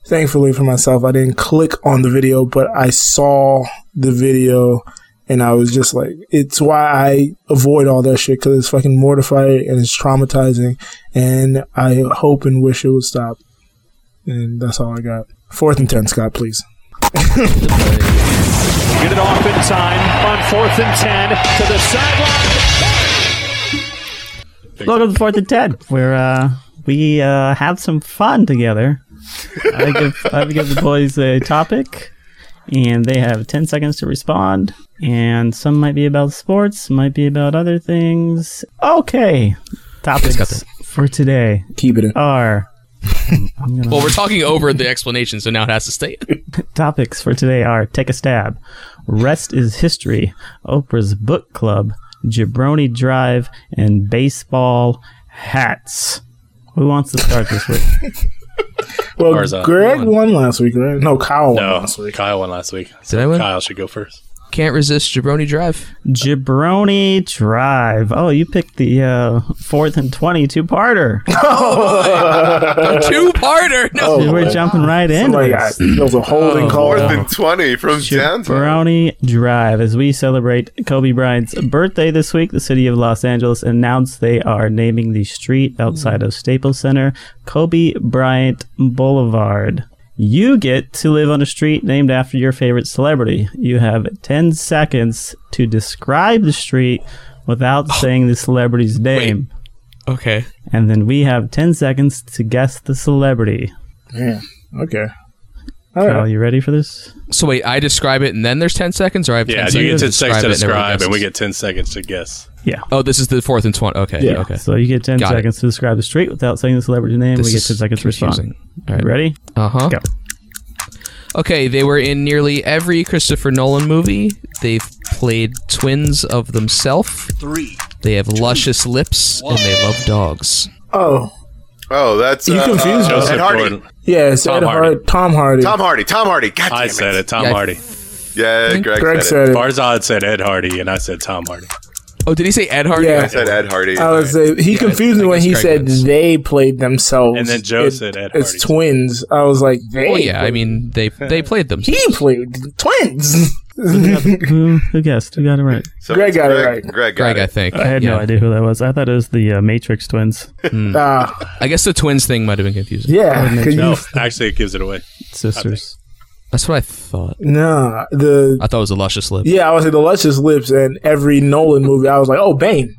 Thankfully for myself, I didn't click on the video, but I saw the video and I was just like, it's why I avoid all that shit because it's fucking mortifying and it's traumatizing. And I hope and wish it would stop. And that's all I got. Fourth and ten, Scott, please.
Get it off in time on fourth and ten to the sideline.
Welcome to Fourth and Ten, where uh, we uh, have some fun together. I give, I give the boys a topic, and they have 10 seconds to respond. And some might be about sports, might be about other things. Okay, topics for today
Keep it in.
are I'm gonna-
Well, we're talking over the explanation, so now it has to stay. in.
topics for today are take a stab, rest is history, Oprah's book club, jabroni drive, and baseball hats. Who wants to start this week?
Well,
uh,
Garza
Greg won. last week, right? No, Kyle won.
No, Oh, Kyle won last week. So
I win?
Kyle should go first.
Can't resist Jabroni Drive.
Jabroni drive. Oh, you picked the uh, fourth and twenty two parter.
Two parter. No,
Dude, we're jumping right in.
Somebody got- there
Oh,
was a holding call.
More than 20 from downtown.
Jabroni Drive. As we celebrate Kobe Bryant's birthday this week, the city of Los Angeles announced they are naming the street outside of Staples Center Kobe Bryant Boulevard. You get to live on a street named after your favorite celebrity. You have 10 seconds to describe the street without
Oh.
saying the celebrity's name.
Oh.
Okay.
And then we have 10 seconds to guess the celebrity.
Man, okay. All
Kyle,
right.
you ready for this?
So wait, I describe it, and then there's ten seconds, or I have
Yeah,
10
you get 10
seconds
seconds to describe, and we
everyone
get 10 seconds to guess.
Yeah.
guesses? Oh, this is the fourth and twenty. Okay.
Yeah.
Okay.
So you get 10
Got it.
seconds to describe the street without saying the celebrity name.
This
we get
is
10 seconds to respond.
confusing. All right.
Ready?
Uh huh.
Go.
Okay, they were in nearly every Christopher Nolan movie. They've played twins of themselves.
Three.
They have luscious lips, and they love dogs.
Oh,
Oh, that's.
You
uh,
confused
uh,
us.
Ed Hardy.
yeah, it's
Tom
Ed Hard-
Hardy.
Tom Hardy.
Tom Hardy. Tom Hardy. God damn
I
it.
said it. Tom
Yeah, I-
Hardy.
Yeah, Greg,
Greg
said
said it.
Farzad said Ed Hardy, and I said Tom Hardy.
Oh, did he say Ed Hardy?
it. I
Yeah,
said Ed Hardy.
I would say he confused me when he
Greg
said
wins.
they played themselves.
And then Joe said Ed Hardy,
It's
too.
twins. I was like, they.
Oh yeah, I
played-
mean they they played them.
he played twins.
who, who guessed? Who got it right?
So
Greg
it's
got it
Greg,
right.
Greg got
Greg, I
it.
think.
I had
yeah.
no idea who that was. I thought it was the uh, Matrix twins.
Hmm.
Ah,
I guess the twins thing might have been confusing.
yeah. 'cause
No,
you-
actually, it gives it away.
Sisters.
That's what I thought.
Nah, the
I thought it was a luscious lip.
yeah, I was like the luscious lips and every Nolan movie. I was like, oh, Bane.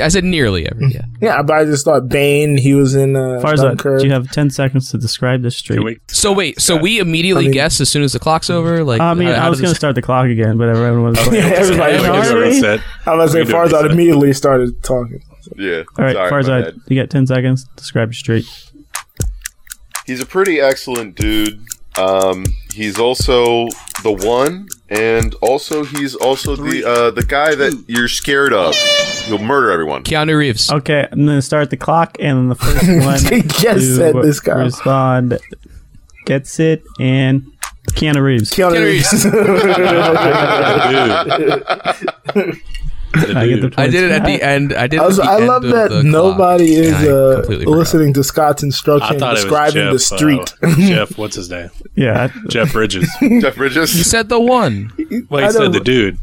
I said nearly every. Yeah.
Yeah, but I just thought Bane. He was in uh,
Farzad,
Dunkirk.
do you have 10 seconds to describe the street?
Can we-
So wait, so we immediately
I mean-
guess as soon as the clock's over. Like
I mean,
how
I was
does
going to
this-
start the clock again, but everyone was like,
Yeah, everybody
Ed
Like, it's
Hardy?
a reset.
I was
We
gonna
do
say
it
Farzad
reset.
immediately started talking.
Yeah.
All right,
Sorry, my bad.
Farzad, you got 10 seconds. to Describe the street.
He's a pretty excellent dude. Um, he's also the one, and also he's also the uh, the guy that you're scared of. He'll murder everyone.
Keanu Reeves.
Okay, I'm going to start the clock, and the first one
He just
to
said this guy.
respond gets it, and Keanu Reeves.
Keanu Reeves.
Dude.
I,
dude.
I did it at the end. I did. it
I, was-
at the
I
end
love
of
that
the clock,
nobody is
and I
uh,
completely forgot.
listening to Scott's
I
instruction
thought it
describing the
was Jeff,
street.
uh, Jeff, what's his name?
Yeah.
Jeff Bridges.
Jeff Bridges.
You said the one.
Well, he
I
said
don't-
the dude.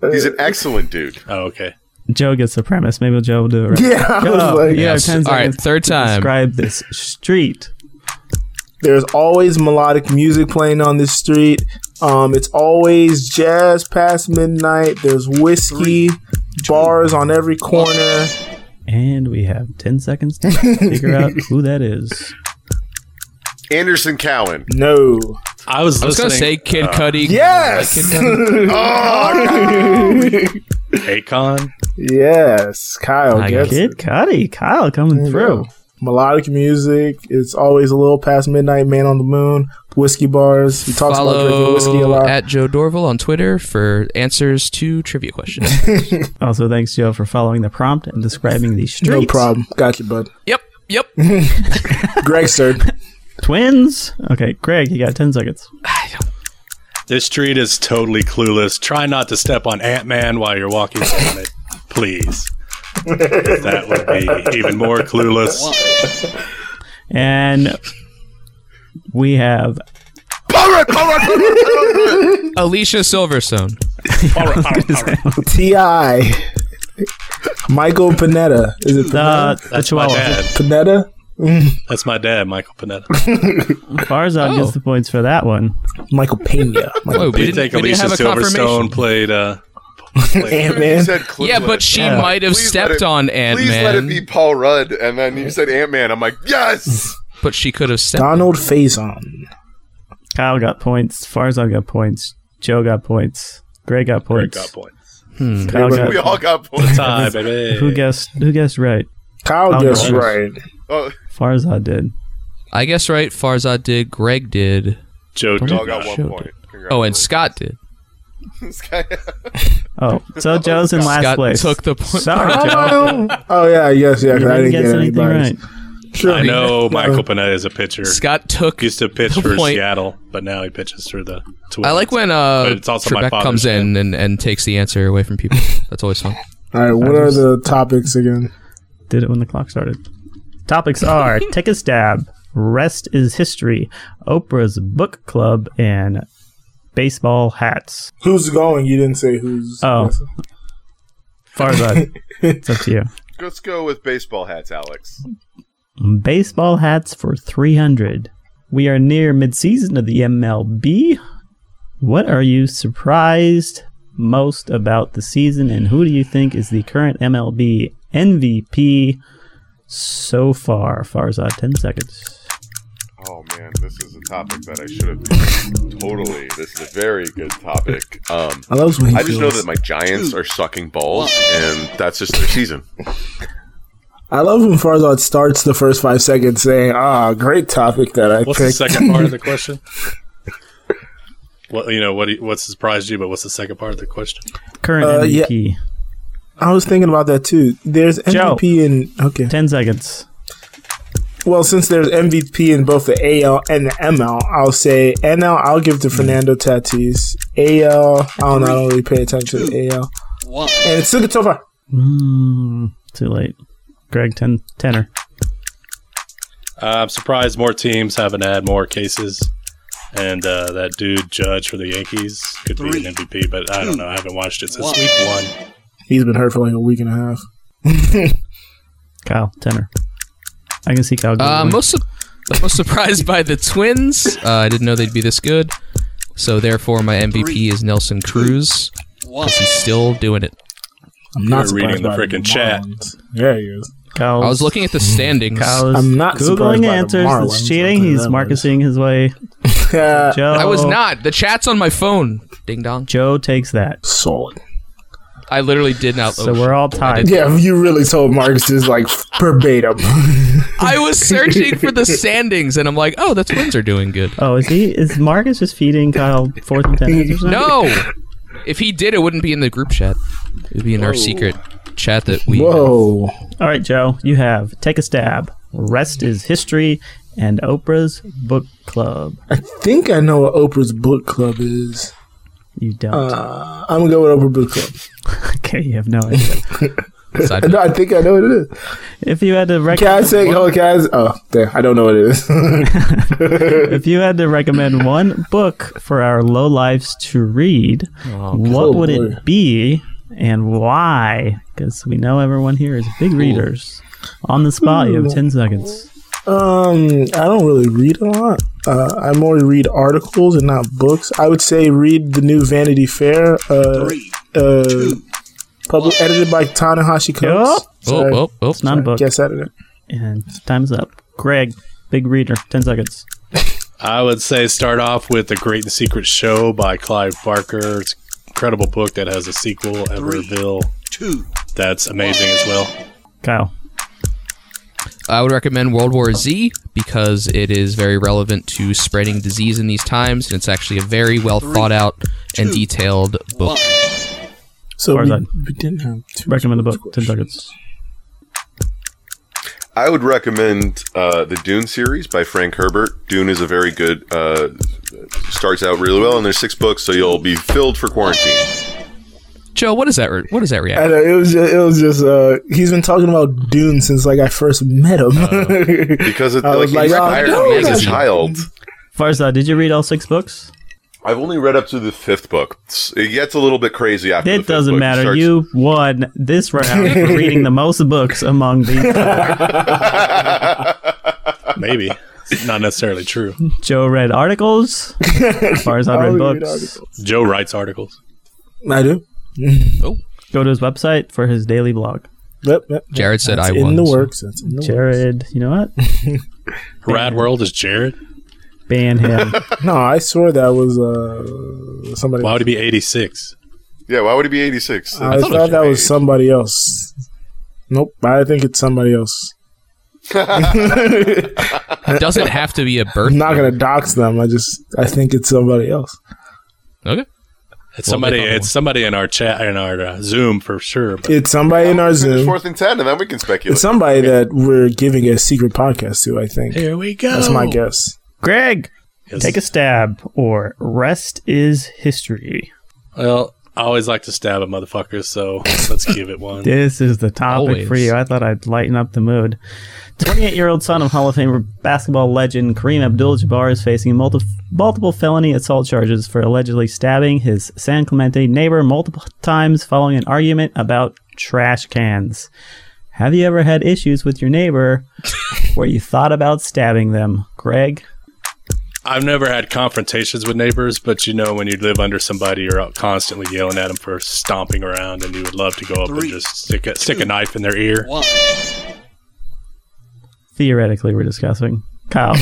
He's an excellent dude.
Oh, okay.
Joe gets the premise. Maybe Joe will do it right.
Yeah, I was
Joe,
like-
you have
Yes.
10
All right,
seconds
third
to
time.
Describe this street.
There's always melodic music playing on this street. Um, it's always jazz past midnight. There's whiskey, bars on every corner.
And we have 10 seconds to figure out who that is.
Anderson Cowan.
No.
I was.
I was gonna say
listening-
Kid
uh,
Cudi.
Yes.
Akon.
yes. Kyle
I
gets
Kid Cudi. Kyle coming through.
melodic music. It's always a little past midnight. Man on the moon. Whiskey bars. He talks about drinking whiskey a
Follow
lot.
at Joe Dorval on Twitter for answers to trivia questions.
Also, thanks, Joe, for following the prompt and describing the street.
no problem. Got you, bud.
yep. Yep.
Greg, sir.
Twins. Okay, Greg, you got 10 seconds.
This street is totally clueless. Try not to step on Ant Man while you're walking down it, please. that would be even more clueless.
And we have
Alicia Silverstone.
Ti. Michael Panetta. Is it
the, the
That's my
Chihuahua.
dad.
Panetta?
That's my dad, Michael Panetta.
Farzad
Oh.
gets the points for that one.
Michael Pena.
Whoa,
Michael
we
Do you
didn't,
think
we didn't
Alicia
have a
Silverstone
confirmation.
played? Uh,
Ant
You
Man.
said
Yeah, but
Cleveland.
she
Yeah.
might have
Please let
stepped
it-
on Ant
Please let it
Man,
be Paul Rudd, and then you said Ant Man. I'm like, yes.
but she could have stepped.
Donald Faison.
Kyle got points. Farzad got points. Joe got points. Greg got
Greg got
points.
points.
Kyle got-
We all got points.
Tie, baby.
who guessed? Who guessed right?
Kyle
Kyle
guessed
Gross.
right.
Oh,
Farzad did.
I guess right. Farzad did. Greg did.
Joe
we
did not.
all got one
Showed
point.
Oh, and Scott did.
Congratulations.
Oh, so Joe's in last
Scott
place.
took the point.
Sorry, Joe.
Oh yeah, yes, yeah. 'cause
You
I didn't
guess
get
anything
anybody's.
right.
Sure.
I know Michael Panetta is a pitcher.
Scott took.
used to pitch
the
for
point.
Seattle, but now he pitches for the.
I like when
But
uh,
it's also my
Trebek
father's
comes in
name.
and, and takes the answer away from people. That's always fun.
All right, what are the topics again?
Did it when the clock started. Topics are Take a Stab, Rest is History, Oprah's Book Club, and Baseball Hats.
Who's going? You didn't say who's.
Oh. Farzad, it's up to you.
Let's go with baseball hats, Alex.
Baseball hats for 300. We are near midseason of the MLB. What are you surprised most about the season, and who do you think is the current MLB MVP so far? Farzad, 10 seconds.
Oh man, this is a topic that I should have totally. This is a very good topic. Um,
I love when he
I just know
feels.
that my Giants are sucking balls, and that's just their season.
I love when Farzad starts the first five seconds saying, "Ah, great topic that I
What's the
picked."
second part of the question? What you know? What do you- what surprised you? But what's the second part of the question?
Current
Uh, yeah.
MVP,
I was thinking about that too. There's
Joe.
MVP in okay.
10 seconds.
Well, since there's MVP in both the AL and the ML, I'll say NL. I'll give to Fernando Tatis. AL. I don't know. I don't really pay attention to AL. And it's Sugatofa. Hmm.
Mm, too late. Greg, 10, tenor.
Uh, I'm surprised more teams haven't had more cases. And uh, that dude Judge for the Yankees could be an MVP, but I don't know. I haven't watched it since week one.
He's been hurt for like a week and a half.
Kyle, tenor. I can see Kyle.
Uh,
Googling.
most su- I'm most surprised by the Twins. Uh, I didn't know they'd be this good. So therefore, my MVP is Nelson Cruz because he's still doing it.
I'm not
You're reading
surprised
the
by
frickin' chat.
Marlins. Yeah, he is.
Kyle's-
I was looking at the standings.
Kyle's
I'm not surprised by
googling
the
answers.
Marlins,
It's cheating.
I'll tell you
He's
that
marketing his way.
Yeah,
Joe,
I was not. The chat's on my phone. Ding dong.
Joe takes that.
solid.
I literally did not.
So we're all tied.
Yeah, you really told Marcus is like verbatim.
I was searching for the standings, and I'm like, oh, the Twins are doing good.
Oh, is he? Is Marcus just feeding Kyle fourth and ten? answers now?
No, if he did, it wouldn't be in the group chat. It would be in our secret chat that we.
Whoa.
All right, Joe, you have take a stab. Rest is history, and Oprah's book club.
I think I know what Oprah's book club is.
You don't.
Uh, I'm gonna go with Over Boot Club.
okay, you have no idea.
Side no, I think I know what it is.
If you had to recommend,
can I say? Oh, can I, oh, damn, I don't know what it is.
if you had to recommend one book for our low lives to read, oh, what would boy. it be and why? Because we know everyone here is big readers. On the spot, you have ten seconds.
Um, I don't really read a lot. Uh, I more read articles and not books. I would say read the new Vanity Fair. Uh, Three, uh, two, Public edited by Tanahashi Coates.
Oh, oh, oh, It's
not a book.
Guest editor.
And time's up. Greg, big reader, ten seconds.
I would say start off with The Great and Secret Show by Clive Barker. It's an incredible book that has a sequel, Everville. Two. That's amazing as well.
Kyle.
I would recommend World War Z because it is very relevant to spreading disease in these times, and it's actually a very well Three, thought out two, and detailed book. One.
So we, we, didn't have
two recommend the book. Questions. Ten seconds.
I would recommend uh, the Dune series by Frank Herbert. Dune is a very good uh, starts out really well, and there's six books, so you'll be filled for quarantine.
Joe, what is that? Re- what is that reaction?
it was just, it was just uh, he's been talking about Dune since like I first met him
Uh,
because it, I like, was like, inspired oh, me as a child.
Farzad, did you read all six books?
I've only read up to the fifth book. It gets a little bit crazy after.
It doesn't book. matter. Starts... You won this round for reading the most books among these.
Maybe it's not necessarily true.
Joe read articles. As far
Oh,
as I read books,
read Joe writes articles.
I do.
oh, go to his website for his daily blog.
Yep, yep, yep.
Jared said
That's
I
in
won.
The works. That's in the
Jared,
works.
you know what?
Rad World is Jared
ban him.
no, I swore that was uh, somebody.
Why would he be 86?
Yeah, why would he be 86?
I, I thought, thought that was age. somebody else. Nope, I think it's somebody else.
it doesn't have to be a birth.
I'm not going to dox them. I just I think it's somebody else.
Okay.
It's well, somebody. It's one. somebody in our chat in our uh, Zoom for sure.
But. It's somebody yeah, in our Zoom.
Fourth and ten, and then we can speculate.
It's somebody okay. that we're giving a secret podcast to. I think.
Here we go.
That's my guess.
Greg, yes. take a stab, or rest is history.
Well, I always like to stab at motherfuckers, so let's give it one.
This is the topic always. for you. I thought I'd lighten up the mood. 28 year old son of Hall of Famer basketball legend Kareem Abdul Jabbar is facing multi- multiple felony assault charges for allegedly stabbing his San Clemente neighbor multiple times following an argument about trash cans. Have you ever had issues with your neighbor where you thought about stabbing them? Greg?
I've never had confrontations with neighbors, but you know when you live under somebody, you're out constantly yelling at them for stomping around, and you would love to go up Three, and just stick a, two, stick a knife in their ear. One.
Theoretically, we're discussing Kyle.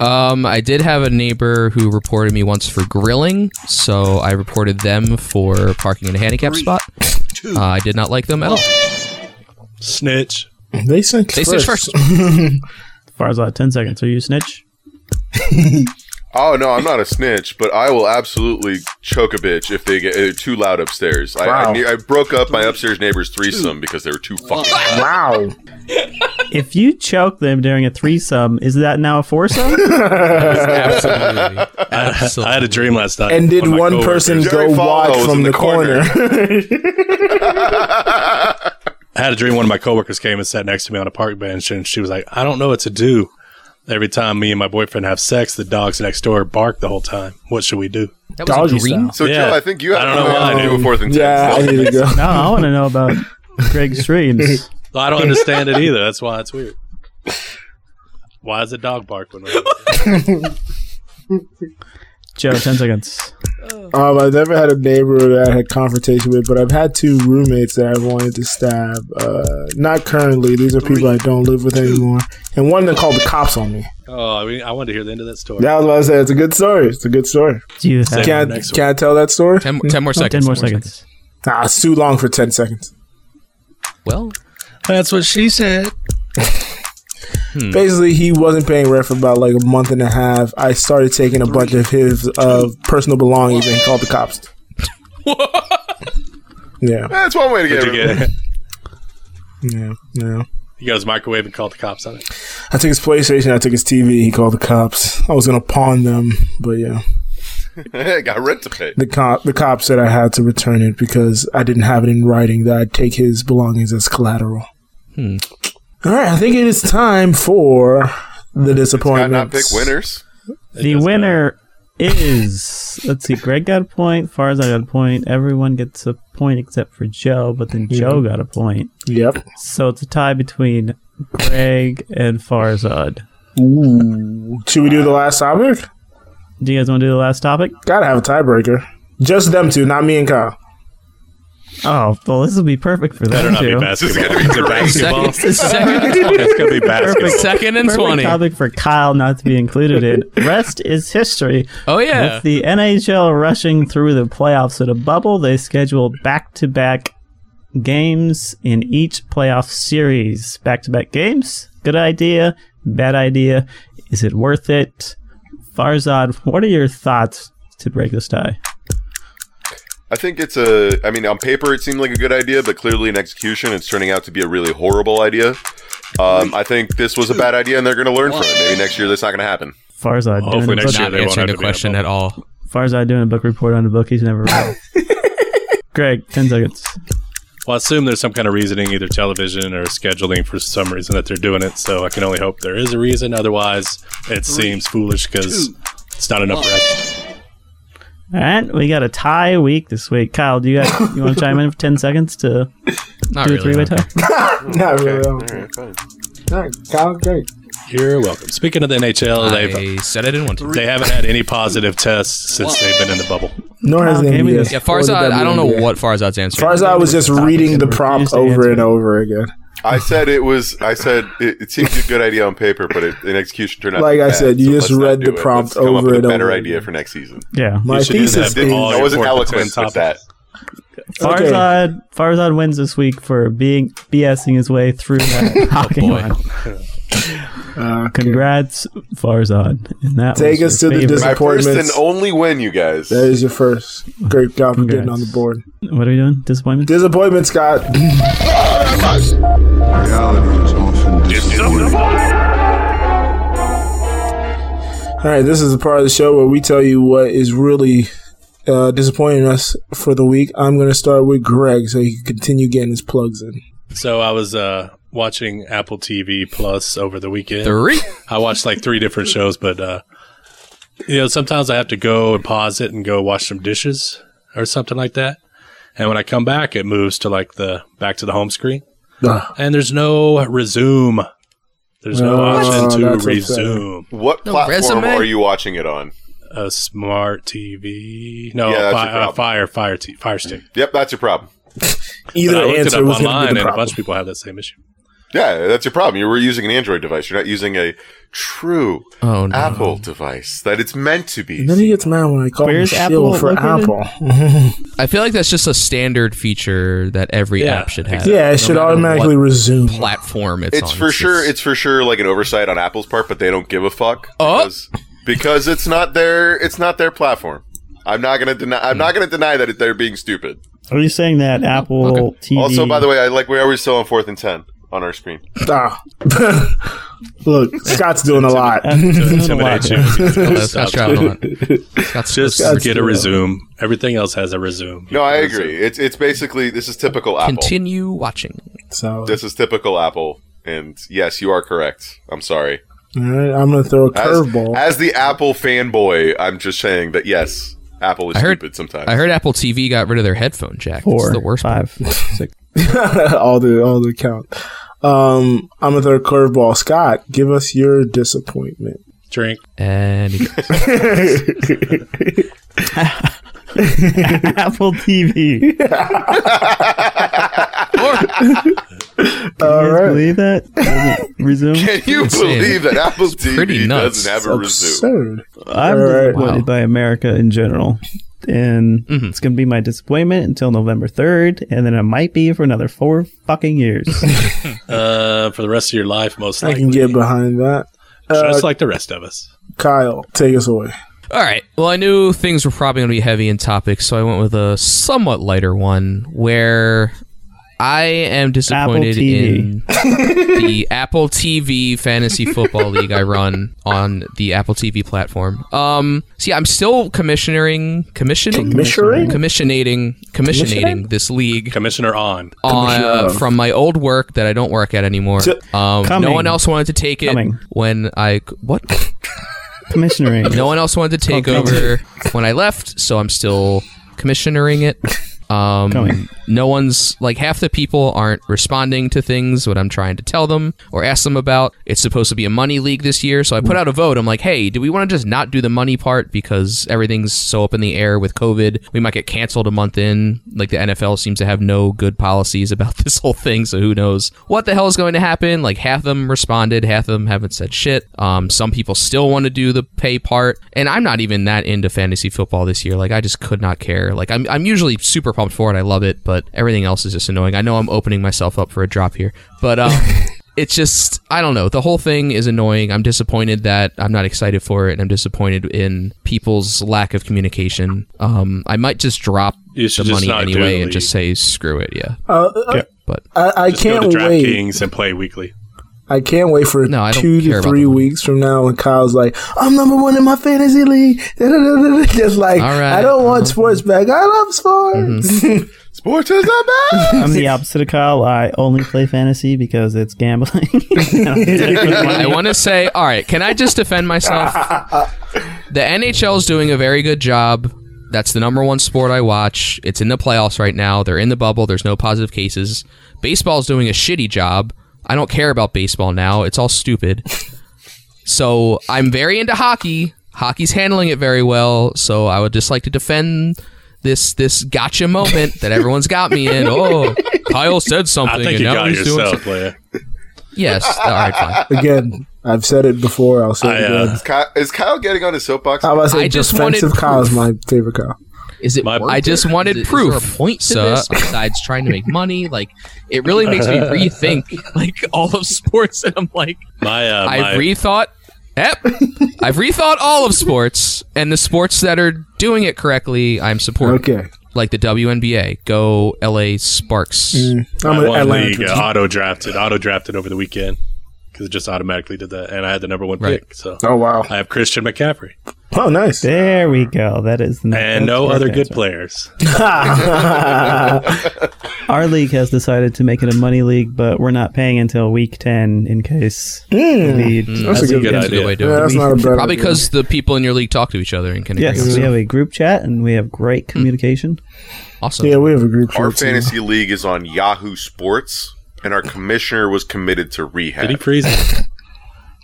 um, I did have a neighbor who reported me once for grilling, so I reported them for parking in a handicap Three, spot. Two, uh, I did not like them one. at all.
Snitch.
They snitch.
They
first.
snitch first.
Farzad, ten seconds. Are you a snitch?
oh no, I'm not a snitch, but I will absolutely choke a bitch if they get uh, too loud upstairs. Wow. I, I, ne- I, broke up my upstairs neighbor's threesome because they were too fucking.
Wow.
if you choke them during a threesome, is that now a foursome?
absolutely. absolutely. I had a dream last night.
And did one, one person go watch from the, the, corner?
corner. I had a dream one of my coworkers came and sat next to me on a park bench, and she was like, "I don't know what to do." every time me and my boyfriend have sex, the dogs next door bark the whole time. What should we do?
That Doggy style.
So, yeah. Jill, I think you have
I don't know why
I do a fourth and
yeah,
ten.
Yeah, I need to go.
no, I want to know about Greg's dreams.
I don't understand it either. That's why it's weird. Why does a dog bark when?
Joe, ten seconds.
Um, I've never had a neighbor that I had confrontation with, but I've had two roommates that I wanted to stab. Uh, not currently; these are Three, people I don't live with two. anymore. And one of them called the cops on me.
Oh, I, mean, I wanted to hear the end of that story.
That was what I said. It's a good story. It's a good story.
Do you
can, I, can I tell that story?
Ten, ten more seconds.
Oh, ten more seconds.
Nah, it's too long for ten seconds.
Well,
that's what she said.
Hmm. Basically, he wasn't paying rent for about like a month and a half. I started taking a bunch of his uh, personal belongings and called the cops. yeah,
that's one way to get,
it.
Yeah, yeah.
He got his microwave and called the cops on it.
I took his PlayStation. I took his TV. He called the cops. I was gonna pawn them, but yeah.
I got rent to pay.
The cop, the cop said I had to return it because I didn't have it in writing that I'd take his belongings as collateral.
Hmm.
All right, I think it is time for the
Got not
disappointment.
pick winners.
The winner is let's see, Greg got a point, Farzad got a point, everyone gets a point except for Joe, but then Joe got a point.
Yep.
So it's a tie between Greg and Farzad.
Ooh. Should we do the last topic?
Do you guys want to do the last topic?
Gotta have a tiebreaker. Just them two, not me and Kyle.
Oh, well, this will be perfect for
Better
them
not be
too.
basketball. Is it basketball?
Second, second,
It's gonna be basketball.
Perfect.
second and
Perfect
20.
topic for Kyle not to be included in. Rest is history.
Oh, yeah.
With the NHL rushing through the playoffs in a bubble, they scheduled back-to-back games in each playoff series. Back-to-back games. Good idea. Bad idea. Is it worth it? Farzad, what are your thoughts to break this tie?
I think it's a. I mean, on paper it seemed like a good idea, but clearly in execution, it's turning out to be a really horrible idea. Um, I think this was a bad idea, and they're going to learn from it. Maybe next year that's not going to happen.
Well,
Farzad, doing
hopefully
a
next
book,
year
not
they won't
answering
have to
the
be in a
question at all.
Farzad doing a book report on a book he's never read. Greg, ten seconds.
Well, I assume there's some kind of reasoning, either television or scheduling, for some reason that they're doing it. So I can only hope there is a reason. Otherwise, it seems foolish because it's not enough rest.
All right, we got a tie week this week. Kyle, do you got, you want to chime in for ten seconds to
Not
do
really.
a three way tie?
Not really. All right, Kyle, great.
You're welcome. Speaking of the NHL, they've
I said I didn't want to.
they haven't had any positive tests since they've been in the bubble.
Nor has the
Kyle, give me
NBA.
this.
Yeah,
or the
Farzad, I don't know
WNBA.
what Farzad's answering.
Farzad was just reading the prompt
Refused to
over
answer.
and over again.
I said it was. I said it, it seemed a good idea on paper, but it, in execution turned out. to
Like
be
I
bad,
said, you
so
just
let's not
read
do
the
it. Let's
prompt
come up
over
with
and
a better
over
idea
again.
for next season.
Yeah.
My
should do
thesis
that with
is
all
I
your
wasn't
fourth and
eloquent
fifth
with that.
topics.
Okay.
Farzad Farzad wins this week for being BSing his way through
Oh,
that hockey
boy.
line.
Uh,
Congrats, Farzad. And that
Take
was
us
your
to the
favorite-
dis-
My first and
Disappointments.
only win, you guys.
that is your first. Great job for getting on
Congrats.
the board.
What are we doing? Disappointment.
Disappointment, Scott. All right, this is the part of the show where we tell you what is really uh, disappointing us for the week. I'm going to start with Greg so he can continue getting his plugs in.
So I was uh, watching Apple TV Plus over the weekend.
Three?
I watched like three different shows, but uh, you know, sometimes I have to go and pause it and go wash some dishes or something like that. And when I come back, it moves to like the back to the home screen,
Ah.
and there's no resume. There's no
Oh,
option to
that's upsetting.
resume
What
No
platform
resume?
are you watching it on?
a smart TV. No,
Yeah, that's
fi-
your
uh,
problem.
Fire, Fire, t- Fire Stick.
Yep, that's your problem.
But
Either
I looked it
answer
up
was going to
online,
be
and
the
a bunch
problem.
of people have that same issue.
Yeah, that's your problem. You were using an Android device. You're not using a true
Oh, no.
Apple device that it's meant to be.
And then he gets mad when I call him
Where's
shill
Apple
for
located?
Apple.
I feel like that's just a standard feature that every
Yeah,
app should have.
Yeah, it
no
should
matter
automatically
what
resume.
platform it's,
It's
on.
for sure.
just-
It's for sure like an oversight on Apple's part, but they don't give a fuck
Oh.
because, because it's not their it's not their platform. I'm not gonna deny. I'm not gonna deny that they're being stupid.
Mm-hmm.
Are you saying that Apple TV?
Also, by the way, I like we always still on fourth and ten on our screen.
Ah. Look, Scott's doing a lot.
Intimidate you.
Let's- let's try it on. That's-
Just
That's
get
true.
a resume. Everything else has a resume.
No, I agree. It's it's basically this is typical Apple.
continue watching.
So
This is typical Apple. And yes, you are correct. I'm sorry.
all right, I'm going to throw a
As,
curveball.
as the Apple fanboy, I'm just saying that yes, Apple is
I heard-
stupid sometimes.
I heard Apple TV got rid of their headphone jack.
four,
it's the worst.
five, six.
all the all the count. Um, I'm gonna throw a curveball. Scott, give us your disappointment.
Drink.
And
Apple TV.
All
Can you guys
right,
believe that? Doesn't Resume.
Can you
insane.
believe that Apple
pretty
TV
nuts.
doesn't have
it's
a resume?
absurd.
I'm
All right.
disappointed
Wow.
by America in general. And it's going to be my disappointment until November 3rd. And then it might be for another four fucking years.
Uh, for the rest of your life, most
I
likely.
can get behind that. Uh,
just like the rest of us.
Kyle, take us away.
All right. Well, I knew things were probably going to be heavy in topics, so I went with a somewhat lighter one where I am disappointed in the Apple TV fantasy football league I run on the Apple TV platform. Um, see, I'm still commissionering, commissioning,
Commissionering?
commissionating, commissionating
Commissioning?
this league
Commissioner on.
on uh, from my old work that I don't work at anymore.
So-
Um, no
Coming.
one else wanted to take it
Coming.
when I what.
Commissionering.
No one else wanted to take
Oh, coming.
over when I left, so I'm still commissionering it. Um,
Coming.
no one's like half the people aren't responding to things what I'm trying to tell them or ask them about. It's supposed to be a money league this year, so I put out a vote. I'm like, hey, do we want to just not do the money part because everything's so up in the air with COVID? We might get canceled a month in. Like the NFL seems to have no good policies about this whole thing, so who knows what the hell is going to happen? Like half of them responded, half of them haven't said shit. Um, some people still want to do the pay part, and I'm not even that into fantasy football this year. Like I just could not care. Like I'm, I'm usually super pumped for it. I love it, but everything else is just annoying. I know I'm opening myself up for a drop here, but um, it's just I don't know. The whole thing is annoying. I'm disappointed that I'm not excited for it, and I'm disappointed in people's lack of communication. Um, I might just drop
You should
the
just
money
not do
anyway
the
and just say screw it. Yeah,
Uh, uh,
but
I, I
Just go
can't
to
wait.
DraftKings and play weekly.
I can't wait for
No, I don't care
two to
about
three weeks from now when Kyle's like, I'm number one in my fantasy league. Just like,
All right. Uh-huh. Mm-hmm.
I don't want sports back. I love sports.
Sports is the best.
I'm the opposite of Kyle. I only play fantasy because it's gambling. And I'm taking
I
money.
want to say, all right, can I just defend myself? The NHL is doing a very good job. That's the number one sport I watch. It's in the playoffs right now. They're in the bubble. There's no positive cases. Baseball's doing a shitty job. I don't care about baseball now. It's all stupid. So I'm very into hockey. Hockey's handling it very well. So I would just like to defend this this gotcha moment that everyone's got me in. Oh, Kyle said something.
I think
and
you
now
got
he's doing
yourself,
something.
player.
Yes. All right. Fine.
again, I've said it before. I'll say
I,
it
uh,
again.
Is Kyle, is Kyle getting on his soapbox?
How about I say
I just
defensive
wanted
Kyle's my favorite Kyle.
Is it?
My-
I just wanted
Is it-
proof.
Is there a point to
So-
this
besides trying to make money, like it really makes me rethink like all of sports, and I'm like,
My, uh, my,
I've rethought. Yep, I've rethought all of sports, and the sports that are doing it correctly, I'm supporting.
Okay.
Like the WNBA, go LA Sparks.
I'm
I
an
won
Atlanta.
league, uh, auto drafted, auto drafted over the weekend because it just automatically did that, and I had the number one
Right.
pick. So
oh, wow.
I have Christian McCaffrey
Oh, nice.
There we go. That is the
and no
that's
other
correct
good
answer.
players.
Our league has decided to make it a money league, but we're not paying until week ten in case we need.
That's a good
good
That's a
idea.
good way to do
Yeah,
it.
that's not a bad
Probably
idea.
because the people in your league talk to each other and can agree.
Yes,
on
we
stuff.
have a group chat and we have great communication.
Awesome.
Yeah, we have a group
Our
chat, too.
fantasy league is on Yahoo Sports, and our commissioner was committed to rehab.
Did he freeze? it?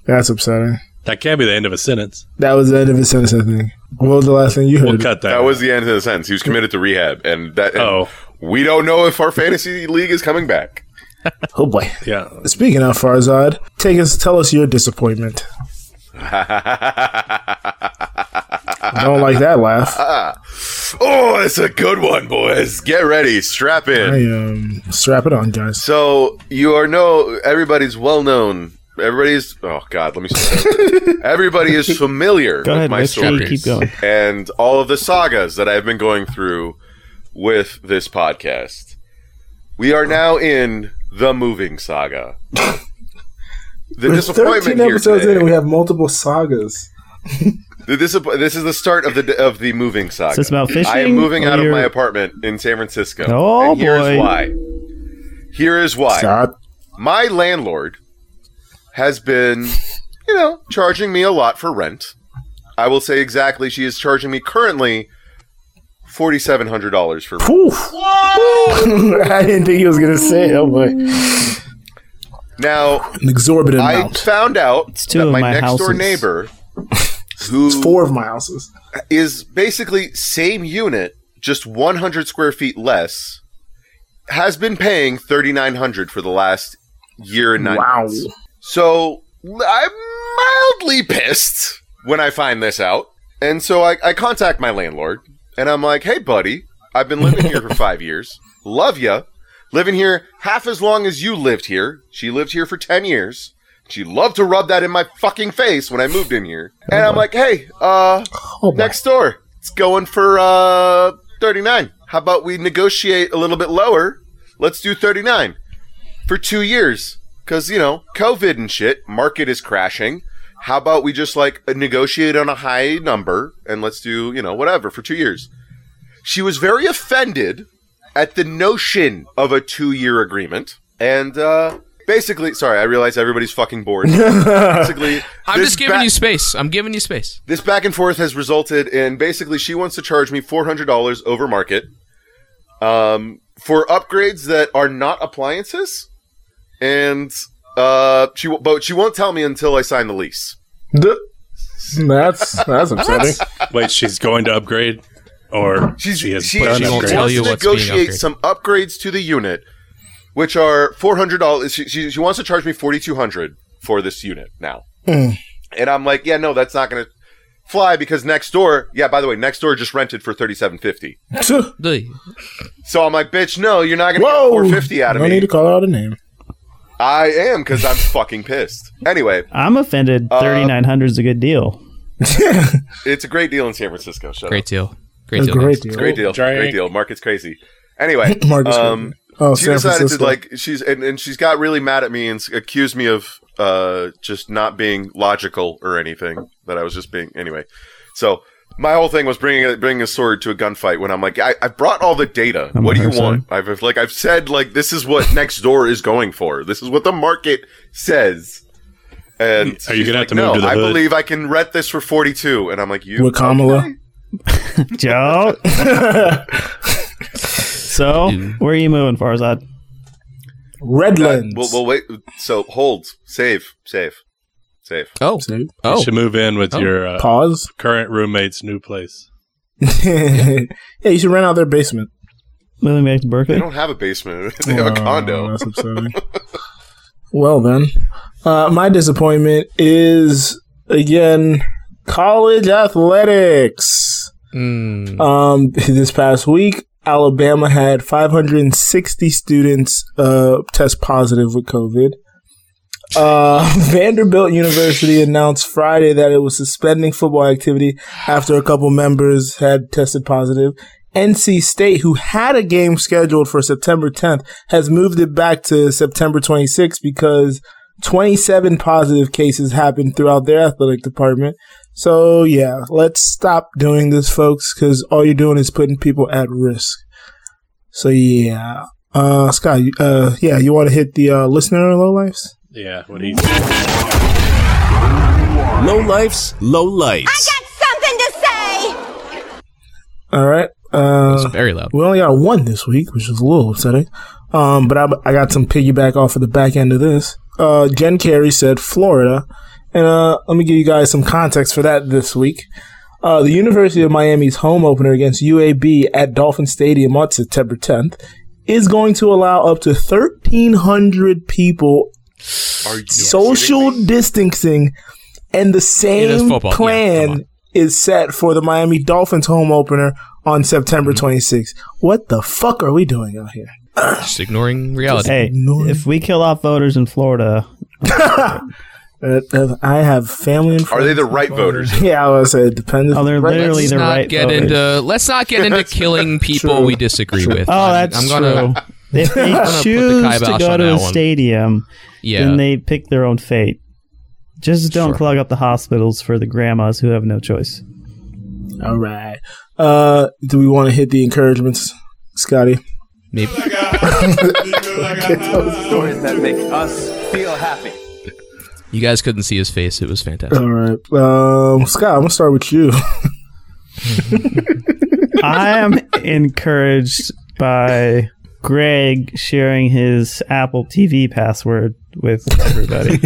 That's upsetting.
that can't be the end of a sentence.
That was the end of his sentence, I think. What was the last thing you heard?
We'll cut that.
That was the end of the sentence. He was committed to rehab, and that. and
Oh.
we don't know if our fantasy league is coming back.
oh, boy.
yeah.
Speaking of Farzad, take us, tell us your disappointment. I don't like that laugh.
Oh, it's a good one, boys. Get ready, strap in.
I um, strap it on, guys.
So you are no everybody's well known. Everybody's oh god, let me. start. Everybody is familiar
Go
with
ahead,
my
mystery.
stories
Keep going.
and all of the sagas that I've been going through with this podcast. We are now in the moving saga. The disappointment here
episodes in,
today.
and we have multiple sagas.
the disapp- this is the start of the of the moving saga.
this about
I am
fishing,
moving
or
out of
you're-
my apartment in San Francisco.
Oh,
and here's
boy.
why. Here is why.
Stop.
my landlord has been, you know, charging me a lot for rent. I will say exactly, she is charging me currently forty-seven hundred dollars for rent.
Poof. I didn't think he was gonna say it. Oh boy, an
Now,
exorbitant
I
amount.
found out
two
that
of
my,
my
next door
houses.
neighbor, who
It's four of my houses.
is basically same unit, just one hundred square feet less, has been paying thirty-nine hundred for the last year and nine
Wow.
months. So I'm mildly pissed when I find this out. And so I, I contact my landlord and I'm like, hey, buddy, I've been living here for five years. Love ya. Living here half as long as you lived here. She lived here for 10 years. She loved to rub that in my fucking face when I moved in here. And I'm like, hey, uh,
Oh, boy.
next door, it's going for uh, 39. How about we negotiate a little bit lower? let's do 39 for two years because you know COVID and shit. Market is crashing. How about we just like negotiate on a high number and let's do you know whatever for two years? She was very offended at the notion of a two-year agreement and. uh Basically, sorry, I realize everybody's fucking bored. basically,
I'm
this
just giving
ba-
you space. I'm giving you space.
this back and forth has resulted in basically she wants to charge me four hundred dollars over market, um, for upgrades that are not appliances, and uh, she w- but she won't tell me until I sign the lease.
That's that's upsetting.
Wait, she's going to upgrade, or
She's,
she has
she,
planned
she
to
wants
upgrade?
tell you
to
what's being
negotiate
upgraded.
some upgrades to the unit, which are four hundred dollars. She, she she wants to charge me forty two hundred for this unit now. And I'm like, yeah, no, that's not going to fly because next door, yeah, by the way, next door just rented for 3750.
Really.
So I'm like, bitch, no, you're not going to get
Whoa!
450 out of
no
me.
need to call out a name.
I am cuz I'm fucking pissed. Anyway,
I'm offended. Thirty nine hundred is a good deal.
it's a great deal in San Francisco. Shut
Great
up.
deal. Great deal.
great
guys.
deal.
It's a great deal.
Drink.
Great deal. Market's crazy. Anyway,
Market's
um
crazy. Oh,
she
San
decided
Francisco.
to like she's and, and she's got really mad at me and s- accused me of uh just not being logical or anything that I was just being anyway. So my whole thing was bringing a, bringing a sword to a gunfight when I'm like I, I brought all the data.
I'm
what do you
rehearsing.
want? I've I've- like I've said like this is what next door is going for. This is what the market says. And
Are you
she's
gonna have
like,
to move
no,
to the
I
hood?"
believe I can rent this for forty two, and I'm like you
With Kamala.
okay.
Joe. so, where are you moving, Farzad?
Redlands.
Well, well, wait. So hold, save, save, save.
Oh,
See?
oh,
Uh,
You should move in with
Oh.
your uh,
Pause.
current roommate's new place.
yeah, you should rent out their basement.
Moving back to
They
Berkeley.
don't have a basement. They have a
Wow,
condo.
That's upsetting. well then, uh, my disappointment is again college athletics.
Mm.
Um, this past week, Alabama had 560 students uh, test positive with COVID. Uh, Vanderbilt University announced Friday that it was suspending football activity after a couple members had tested positive. NC State, who had a game scheduled for September 10th, has moved it back to September 26th because 27 positive cases happened throughout their athletic department. So yeah, let's stop doing this, folks, because all you're doing is putting people at risk. So yeah, uh, Scott, you- uh, yeah, you want to hit the uh, listener low lifes?
Yeah, what he
Low lifes, low lights.
something to say!
All right,
That's
uh,
very loud.
we only got one this week, which is a little upsetting. Um, but I, I got some piggyback off of the back end of this. Uh, Jen Carey said Florida, and uh, let me give you guys some context for that this week. Uh, the University of Miami's home opener against UAB at Dolphin Stadium on September 10th is going to allow up to 1,300 people
Are you
social
kidding me?
distancing, and the
that's
same
football. Yeah,
plan
come on.
is set for the Miami Dolphins home opener on September
Mm-hmm.
26th. What the fuck are we doing out here?
Just ignoring reality.
Hey,
Ignore-
if we kill off voters in Florida,
Uh, uh, I have family and
Are
friends.
they the right voters?
yeah, I was it depends.
oh, they're
Right.
literally
let's
the
not
right
get
voters.
into let's not get into killing people
True.
we disagree with.
oh, that's
I'm gonna
true. If they
gonna put the
choose to
kibosh
go
on
to a
that one.
stadium,
yeah.
then they pick their own fate. Just don't
Sure.
clog up the hospitals for the grandmas who have no choice.
All right. Uh, do we want to hit the encouragements, Scotty?
Maybe
Stories that make us feel happy.
you guys couldn't see his face. It was fantastic.
All right. Um, Scott, I'm gonna start with you.
I am encouraged by Greg sharing his Apple TV password with everybody.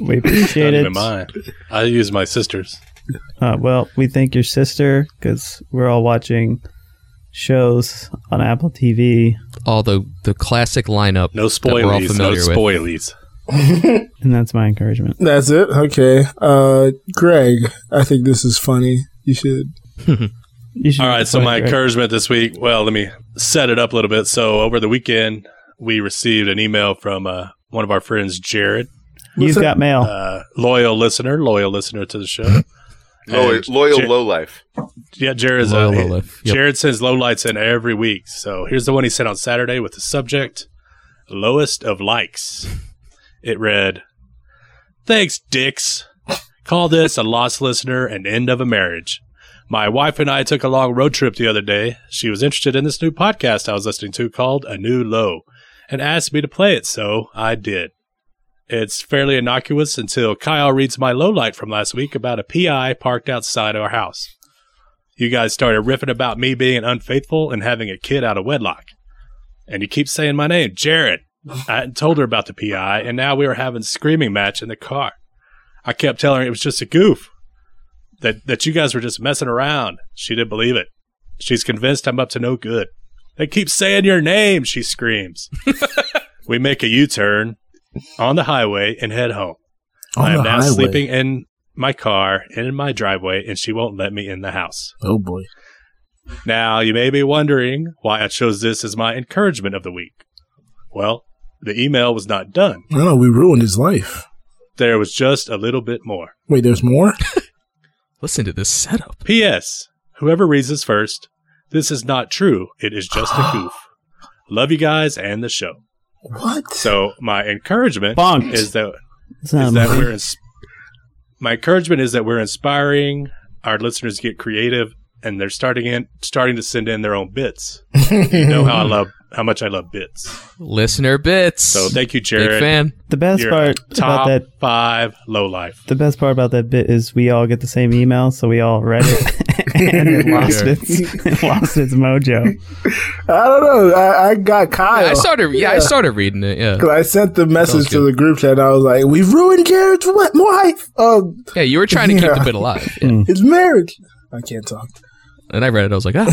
we
not
appreciate
even
it.
mine. I use my sister's.
Uh, well, we thank your sister because we're all watching shows on Apple TV,
All the the classic lineup.
No
That we're all
spoilies. No
familiar with.
spoilies.
and that's my encouragement.
That's it. Okay. Uh, Greg, I think this is funny. You should.
You should
All
make
right,
the
so
point,
my
Greg.
encouragement this week. Well, let me set it up a little bit. So over the weekend, we received an email from uh, one of our friends, Jared,
You've got mail.
uh, loyal listener, loyal listener to the show,
Loyal,
And
Oh, loyal
Jer-
low life.
Yeah, Jared is a-
Loyal Lowlife, yep.
Jared sends low lights in every week. So here's the one he sent on Saturday with the subject lowest of likes. It read, "Thanks, dicks. Call this a lost listener and end of a marriage." My wife and I took a long road trip the other day. She was interested in this new podcast I was listening to called A New Low and asked me to play it, so I did. It's fairly innocuous until Kyle reads my low light from last week about a PI parked outside our house. You guys started riffing about me being unfaithful and having a kid out of wedlock. And you keep saying my name, Jared. I hadn't told her about the PI, and now we were having a screaming match in the car. I kept telling her it was just a goof. That that you guys were just messing around. She didn't believe it. She's convinced I'm up to no good. They keep saying your name, she screams. we make a U turn on the highway and head home.
On
I am
the
now
highway.
sleeping in my car and in my driveway, and she won't let me in the house.
Oh boy.
Now, you may be wondering why I chose this as my encouragement of the week. Well, the email was not done.
No, no, we ruined his life.
There was just a little bit more.
Wait, there's more?
Listen to this setup.
P.S. Whoever reads this first, this is not true. It is just a goof. Love you guys and the show.
What?
So, my encouragement
Bunked.
is that
It's not
is that
mine.
we're ins- my encouragement is that we're inspiring our listeners to get creative and they're starting in starting to send in their own bits. you know how I love how much I love bits.
Listener bits.
So thank you, Jared.
Big fan.
The best
You're
part
top
about that
five low life.
the best part about that bit is we all get the same email, so we all read it and it lost
Yeah.
its it lost its mojo.
I don't know. I, I got
Oh.
Kyle.
I started. Yeah, I started reading it. Yeah.
Because I sent the message to
good.
the group chat and I was like, we've ruined Jared's what? life. Uh,
Yeah, you were trying to keep
Yeah.
the bit alive,
his marriage. I can't talk.
and I read it. I was like, ah,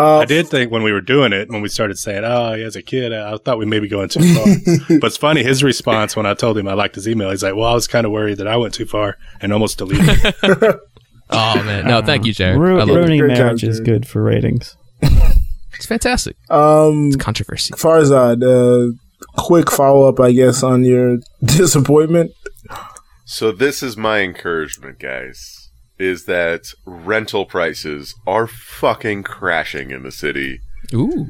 Oh.
I did think when we were doing it, when we started saying, "Oh, he has a kid," I thought we may be going too far. but it's funny his response when I told him I liked his email. He's like, "Well, I was kind of worried that I went too far and almost deleted." it."
oh man, no, thank you, Jared.
Ru-
I love it.
ruining
Great job,
marriage is
Jared.
good for ratings.
It's fantastic.
Um,
It's controversy.
Farzad, uh, quick follow up, I guess, on your disappointment.
So this is my encouragement, guys, is that rental prices are fucking crashing in the city.
Ooh,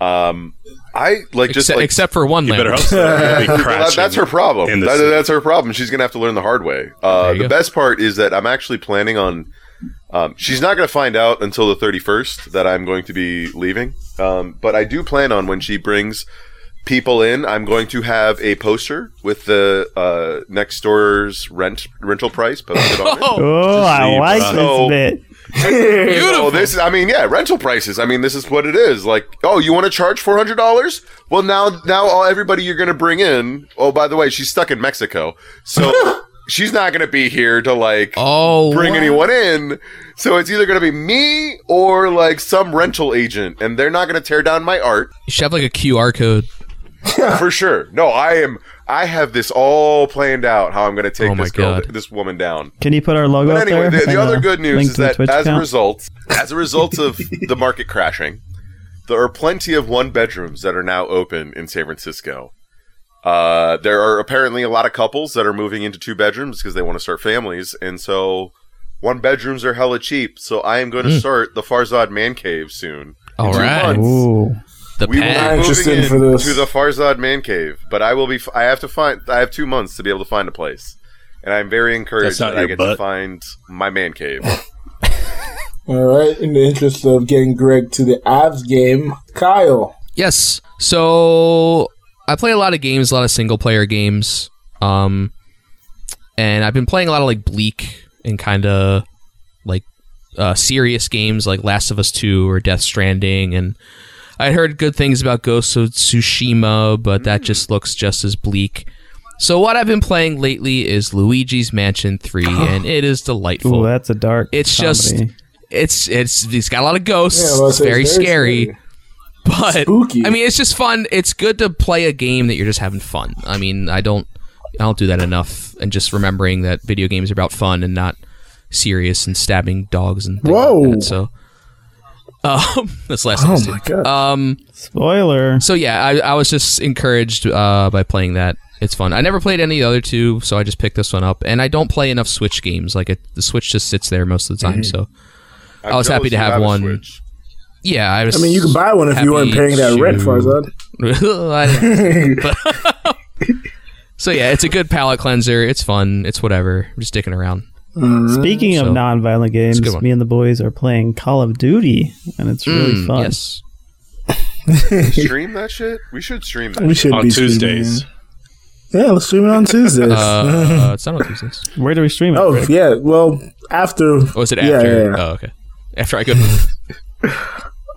Um I like just
except,
like
except for one
you better hope
land.
so. It'll be
Well, that-
crashing
that's her problem.
in the
That-
city.
that's her problem. She's gonna have to learn the hard way. Uh,
There you
the
go.
best part is that I'm actually planning on. Um, she's not gonna find out until the 31st that I'm going to be leaving. Um, but I do plan on when she brings people in, I'm going to have a poster with the uh, next door's rent rental price posted on it.
Oh, I
see,
like
bro.
So-
this bit.
Oh, this is, I mean, yeah, rental prices. I mean, this is what it is. Like, oh, you want to charge four hundred dollars? Well, now, now, all everybody you're going to bring in. Oh, by the way, she's stuck in Mexico, so she's not going to be here to like
Oh,
bring anyone in. So it's either going to be me or like some rental agent, and they're not going to tear down my art
you should have like a QR code.
for sure. No, I am. I have this all planned out how I'm going to take
Oh my
this girl,
God.
this woman down.
Can you put our logo
But
up
anyway,
there?
the,
and
the other
a
good news
link
is
to the
that
Twitch
as a
account?
result, as a result of the market crashing, there are plenty of one bedrooms that are now open in San Francisco. Uh, there are apparently a lot of couples that are moving into two bedrooms because they want to start families, and so one bedrooms are hella cheap. So I am going
Hmm.
to start the Farzad man cave soon.
All right,
Ooh.
the
We will
pad.
be
Interested
moving in
for this.
to the Farzad man cave, but I will be. F- I have to find. I have two months to be able to find a place, and I'm very encouraged
not
that I
your
get to
butt.
find my man cave.
All right. In the interest of getting Greg to the Avs game, Kyle.
Yes. So I play a lot of games, a lot of single player games. Um and I've been playing a lot of like bleak and kind of like uh, serious games like Last of Us 2 or Death Stranding and I heard good things about Ghost of Tsushima, but
Mm.
that just looks just as bleak. So what I've been playing lately is Luigi's Mansion 3 and it is delightful.
Ooh, that's a dark.
it's just
comedy.
it's it's it's got a lot of ghosts.
Yeah, well,
it's
it's-
very,
it's very
scary.
scary.
But
Spooky.
I mean, it's just fun. It's good to play a game that you're just having fun. I mean, I don't I don't do that enough and just remembering that video games are about fun and not serious and stabbing dogs and things like
Whoa.
that, so um that's last
Oh
thing
my god.
um
spoiler.
so yeah, I, I was just encouraged uh, by playing that, It's fun. I never played any of the other two, so I just picked this one up. And I don't play enough Switch games. Like it, the Switch just sits there most of the time.
Mhm.
Mm-hmm.
So
I'm
I was
jealous
happy to
you
have,
have a
one. Yeah, I
I
was.
mean, you could buy one if you weren't
happy
paying that rent,
to-
Farzad.
I didn't- but- so yeah, it's a good palate cleanser. It's fun. It's whatever. I'm just dicking around.
Speaking of
Mm, So-
non-violent games,
a good one.
me and the boys are playing Call of Duty, and it's really
Mm,
fun.
yes.
stream that shit? We should stream that.
We should
On
be
Tuesdays.
Streaming. Yeah, let's stream it on Tuesdays.
Uh, it's not on Tuesdays.
Where do we stream it?
oh
Rick?
yeah, well after.
Oh, is it
yeah, yeah,
after?
yeah.
Oh, okay. After I go.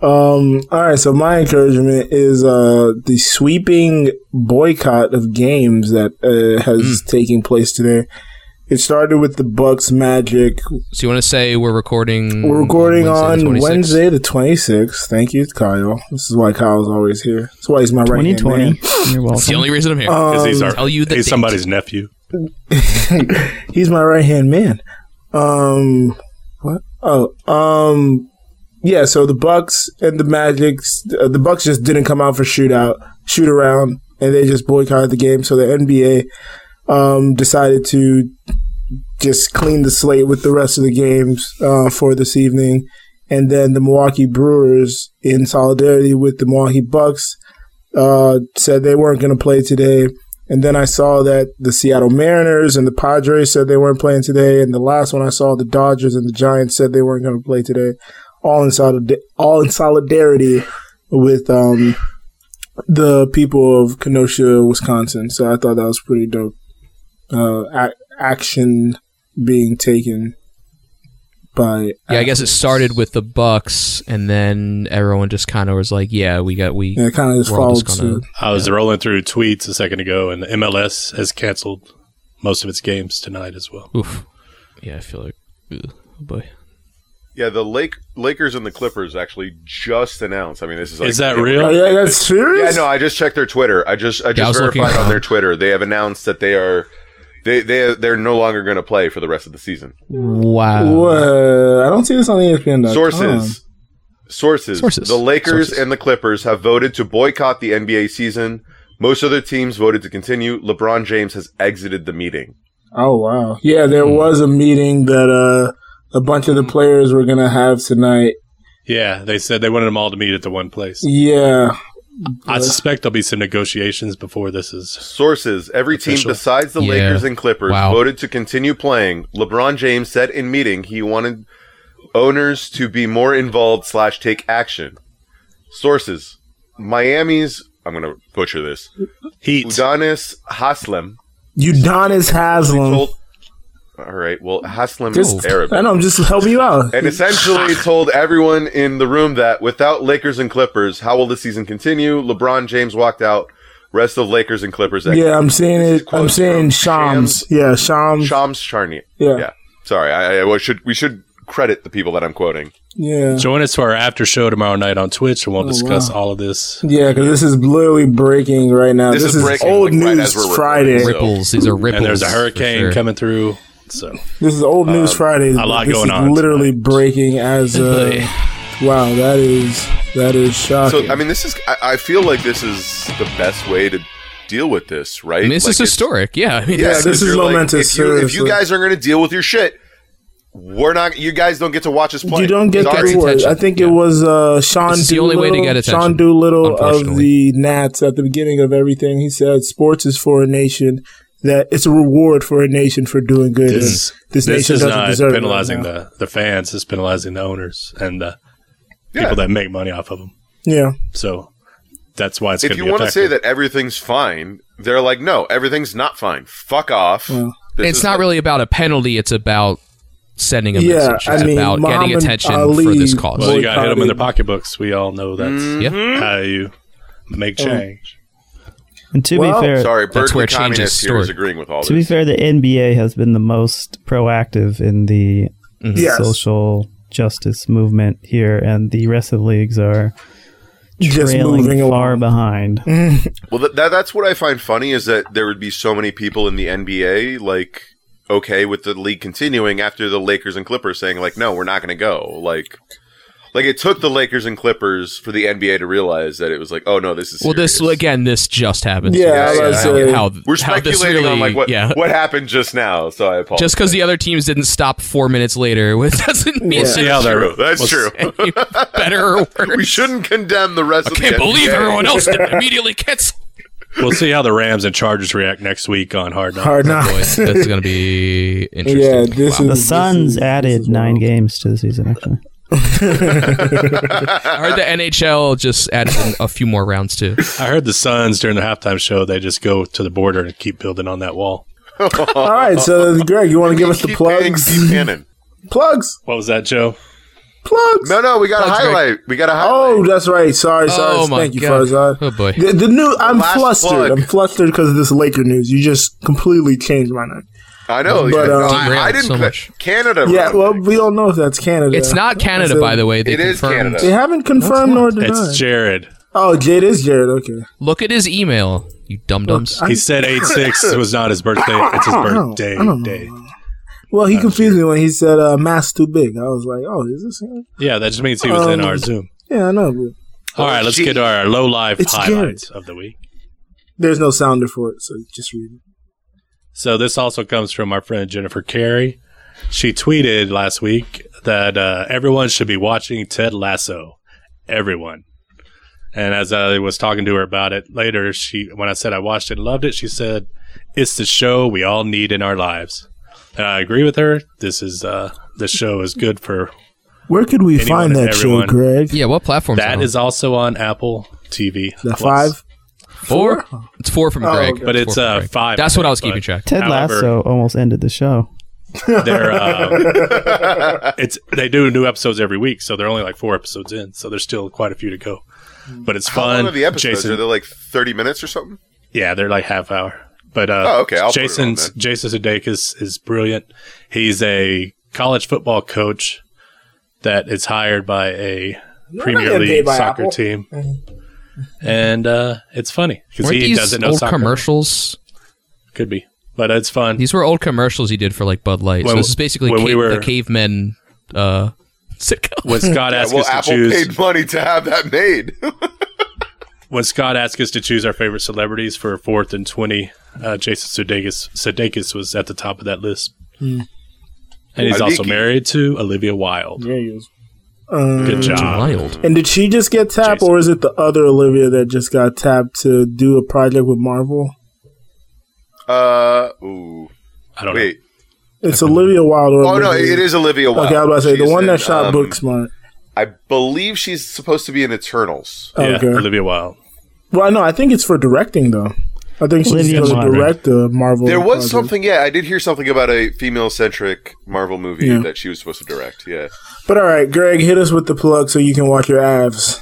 Um, all right, so my encouragement is uh, the sweeping boycott of games that uh, has
Mm.
taken place today. It started with the Bucks Magic.
So you want to say we're recording?
We're recording
Wednesday the
on
26th?
Wednesday the 26th. Thank you, Kyle. This is why Kyle's always here. That's why he's my right hand
2020.
man.
You're
That's the
welcome.
only reason I'm here
Because he's
Um,
our,
Tell you the
he's
date.
somebody's nephew.
he's my right hand man. Um, what? Oh, um, yeah. So the Bucks and the Magic, uh, the Bucks just didn't come out for shootout, shoot around, and they just boycotted the game. So the NBA um, decided to just clean the slate with the rest of the games uh, for this evening. And then the Milwaukee Brewers, in solidarity with the Milwaukee Bucks, uh, said they weren't going to play today. And then I saw that the Seattle Mariners and the Padres said they weren't playing today. And the last one I saw, the Dodgers and the Giants said they weren't going to play today. All in solid, all in solidarity with um, the people of Kenosha, Wisconsin. So I thought that was pretty dope. Uh, ac action being taken by
Yeah, I guess it started with the Bucks, and then everyone just kind of was like, "Yeah, we got we."
Yeah, it kinda just
we're all
followed
gonna-
suit.
I was rolling through tweets a second ago, and the MLS has canceled most of its games tonight as well.
Oof. Yeah, I feel like. ugh, oh boy.
Yeah, the Lake Lakers and the Clippers actually just announced. I mean, this is like,
Is that
yeah,
real?
Oh, yeah, that's serious.
Yeah, no, I just checked their Twitter. I just I
I
just
was looking
verified on
around.
their Twitter. They have announced that they are they they they're no longer going to play for the rest of the season.
Wow.
Wha- I don't see this on E ESPN.
Sources. Sources.
Sources.
The Lakers
Sources.
and the Clippers have voted to boycott the NBA season. Most other teams voted to continue. LeBron James has exited the meeting.
Oh wow! Yeah, there was a meeting that uh, a bunch of the players were gonna have tonight.
Yeah, they said they wanted them all to meet at the one place.
Yeah,
I suspect there'll be some negotiations before this is.
Sources. Every team
Official.
besides the
Yeah.
Lakers and Clippers
Wow.
voted to continue playing. LeBron James said in meeting he wanted owners to be more involved slash take action. Sources. Miami's I'm gonna butcher this.
Heat.
Udonis Haslem
Udonis Haslam.
told All right, well Haslem
Just,
is Arab.
I know. I'm just helping you out.
and essentially told everyone in the room that without Lakers and Clippers, how will the season continue? LeBron James walked out. Rest of Lakers and Clippers. exit.
Yeah, I'm seeing it. I'm
Quotes
seeing
from
Shams. Yeah, Shams.
Shams Charnia.
Yeah.
Sorry, I, I- I should we should credit the people that I'm quoting.
Yeah,
Join us for our after show tomorrow night on Twitch, and we'll
Oh,
discuss
wow.
all of this.
yeah. Because this is literally breaking right now. This,
This is
is,
breaking,
old
like, right
news
as we're recording.
Friday.
So-
Ripples. These are ripples.
And there's a
for
hurricane
sure.
coming through. So
This is old news Friday.
Uh, a lot
this
going
is
on
Literally breaking as. Uh, wow, that is that is
So
shocking.
I mean, this is I, I feel like this is the best way to deal with this, right?
I mean, this
Like,
is
it's-
historic. Yeah, I mean,
Yeah,
Yeah, this
'cause
is
you're like,
momentous,
if, you, if you
seriously.
guys are going to deal with your shit, we're not. You guys don't get to watch us play.
You don't get
Sorry.
the reward.
attention.
I think it
Yeah.
was uh, Sean.
It's the only way to
Doolittle-
get attention,
Sean Doolittle of
unfortunately.
the Nats at the beginning of everything. He said, "Sports is for a nation. That it's a reward for a nation for doing good. and
this, this,
this nation
is
doesn't
not
deserve it right
penalizing
now.
the, the fans. It's penalizing the owners and the
Yeah.
people that make money off of them.
yeah,
So that's why it's going to
if you
be
want to say
effective.
that everything's fine, they're like, no, everything's not fine. Fuck off. This
it's
is-
not really about a penalty. It's about sending a
Yeah,
message. It's
I mean,
about
Muhammad
getting attention
Ali-
for this cause.
Well, you got to hit them in their
boycotted.
pocketbooks. We all know that's
Mm-hmm.
how you make change.
And to
Well,
be fair,
Sorry,
That's where
Berkeley
it changes
communist here is
story.
agreeing with all
to be
this.
fair, the NBA has been the most proactive in the
Yes.
social justice movement here, and the rest of the leagues are
just moving
trailing far
along. Mm-hmm.
behind.
Well, th- that, that's what I find funny is that there would be so many people in the NBA like okay with the league continuing after the Lakers and Clippers saying like, no, we're not going to go. Like, Like it took the Lakers and Clippers for the NBA to realize that it was like, oh no, this is
Well, this again, this just happened. how,
we're
how this
speculating on
really-
like what
yeah.
what happened just now. So I apologize.
Just because the other teams didn't stop four minutes later with- doesn't mean
We'll see how they're- That's true.
better or worse.
We shouldn't condemn the rest.
I can't
of the
believe
NBA.
everyone else didn't immediately cancel.
We'll see how the Rams and Chargers react next week on Hard Knocks.
Hard Knocks.
That's going to be interesting.
Yeah, this
The
is
Suns added nine games to the season, actually.
I heard the NHL just added in a few more rounds too.
I heard the Suns during the halftime show, they just go to the border and keep building on that wall.
All right, so Greg, you want to give us the plugs? plugs.
What was that, Joe?
Plugs.
No, no, we got a
Plugs, Greg.
highlight. We got a highlight.
Oh, that's right. Sorry, sorry.
Oh, my
Thank you,
God.
Farzad.
Oh, boy.
The, the new. I'm
Last
flustered.
plug.
I'm flustered because of this Laker news. You just completely changed my night.
I know.
But,
yeah,
um,
I, I didn't.
so
cl-
much.
Canada.
Yeah. Well, we don't know if that's Canada.
It's not Canada,
So-
by the way. They
It is
confirmed-
Canada.
They haven't confirmed nor denied.
It's Jared.
oh, Jade is Jared. Okay.
Look at his email, you dum dums.
He said 8 6 was not his birthday. It's his
I don't-
birthday
I don't know.
day.
Well, he confused me when he said uh, "mass too big." I was like, "Oh, is this?" him?
Yeah, that just means he was in
Um,
our Zoom.
Yeah, I know. But
All right, let's get to our low live
It's
highlights of the week.
there's no sounder for it, so just read it.
So this also comes from our friend Jennifer Carey. She tweeted last week that uh, everyone should be watching Ted Lasso. Everyone. And as I was talking to her about it later, she when I said I watched it and loved it, she said, "It's the show we all need in our lives." And I agree with her. This is uh, this show is good for
Where could we
Anyone
find
and
that show,
everyone.
Greg?
Yeah, what platform?
that is also on Apple TV.
The
Plus.
five.
four. It's four from
Oh,
Greg,
okay.
but it's
four from
uh,
Greg.
five.
That's
I
what I
think,
was keeping
but
track.
Ted
However-
Lasso almost ended the show.
they're um, it's they do new episodes every week, so they're only like four episodes in, so there's still quite a few to go. But it's
Mm. How
fun.
long are the episodes?
Jason,
Are they like thirty minutes or something?
yeah, they're like half hour. But uh,
Oh, okay, I'll put it on
Jason's
then.
Jason Sudeikis is brilliant. He's a college football coach that is hired by a
You're not
Premier
getting paid
League
by
soccer
Apple.
team, and uh, it's funny because
Weren't
he
these
doesn't know
old
soccer.
commercials?
Could be, but it's fun.
These were old commercials he did for like Bud Light.
When-
so this is basically
when
cave,
we were-
the cavemen uh, sitcom.
When Scott
Yeah,
asked
well,
us to
Apple
choose,
paid money to have that made.
when Scott asked us to choose our favorite celebrities for fourth and twenty, uh, Jason Sudeikis, Sudeikis was at the top of that list, and he's
I
also
think he-
married to Olivia Wilde.
There he is. Um,
Good job.
Wild.
and did she just get tapped,
Jason.
or is it the other Olivia that just got tapped to do a project with Marvel?
Uh, ooh,
I don't
wait.
It's Olivia Wilde. Or
Oh no,
Olivia-
it is Olivia Wilde.
Okay, I was about to say
She's
the one
in,
that shot
um,
Booksmart.
I believe she's supposed to be in Eternals.
know.
Okay.
Yeah, Olivia Wilde.
Well, no, I think it's for directing though. I think she's
Olivia
going to
Wilde.
direct the Marvel.
There was
project.
something, yeah. I did hear something about a female-centric Marvel movie
Yeah.
that she was supposed to direct. Yeah,
But all right, Greg, hit us with the plug so you can watch your abs.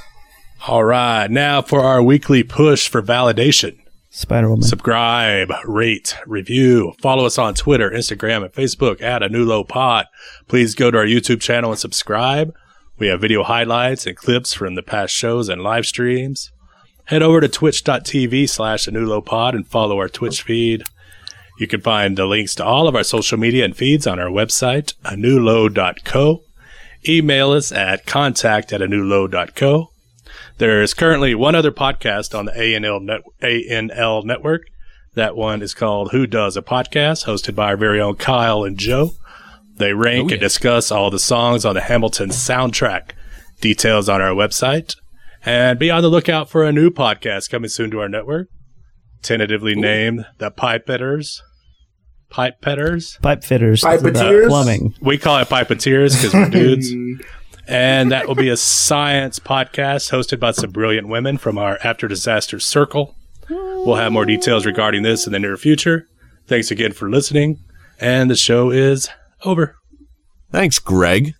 All right, now for our weekly push for validation.
Spider Woman.
Subscribe, rate, review, follow us on Twitter, Instagram, and Facebook at A New Low Pod. Please go to our YouTube channel and subscribe. We have video highlights and clips from the past shows and live streams. Head over to twitch.tv slash A New Low Pod and follow our Twitch feed. You can find the links to all of our social media and feeds on our website, anulow.co. Email us at contact at anulow.co. There is currently one other podcast on the ANL, net, ANL network. That one is called Who Does a Podcast, hosted by our very own Kyle and Joe. They rank and discuss all the songs on the Hamilton soundtrack. Details on our website. And be on the lookout for a new podcast coming soon to our network, tentatively named The Pipetters. Pipetters?
Pipe fitters.
Pipeteers?
Plumbing.
We call it Pipeteers because we're dudes. And that will be a science podcast hosted by some brilliant women from our After Disaster Circle. We'll have more details regarding this in the near future. Thanks again for listening. And the show is over.
Thanks, Greg.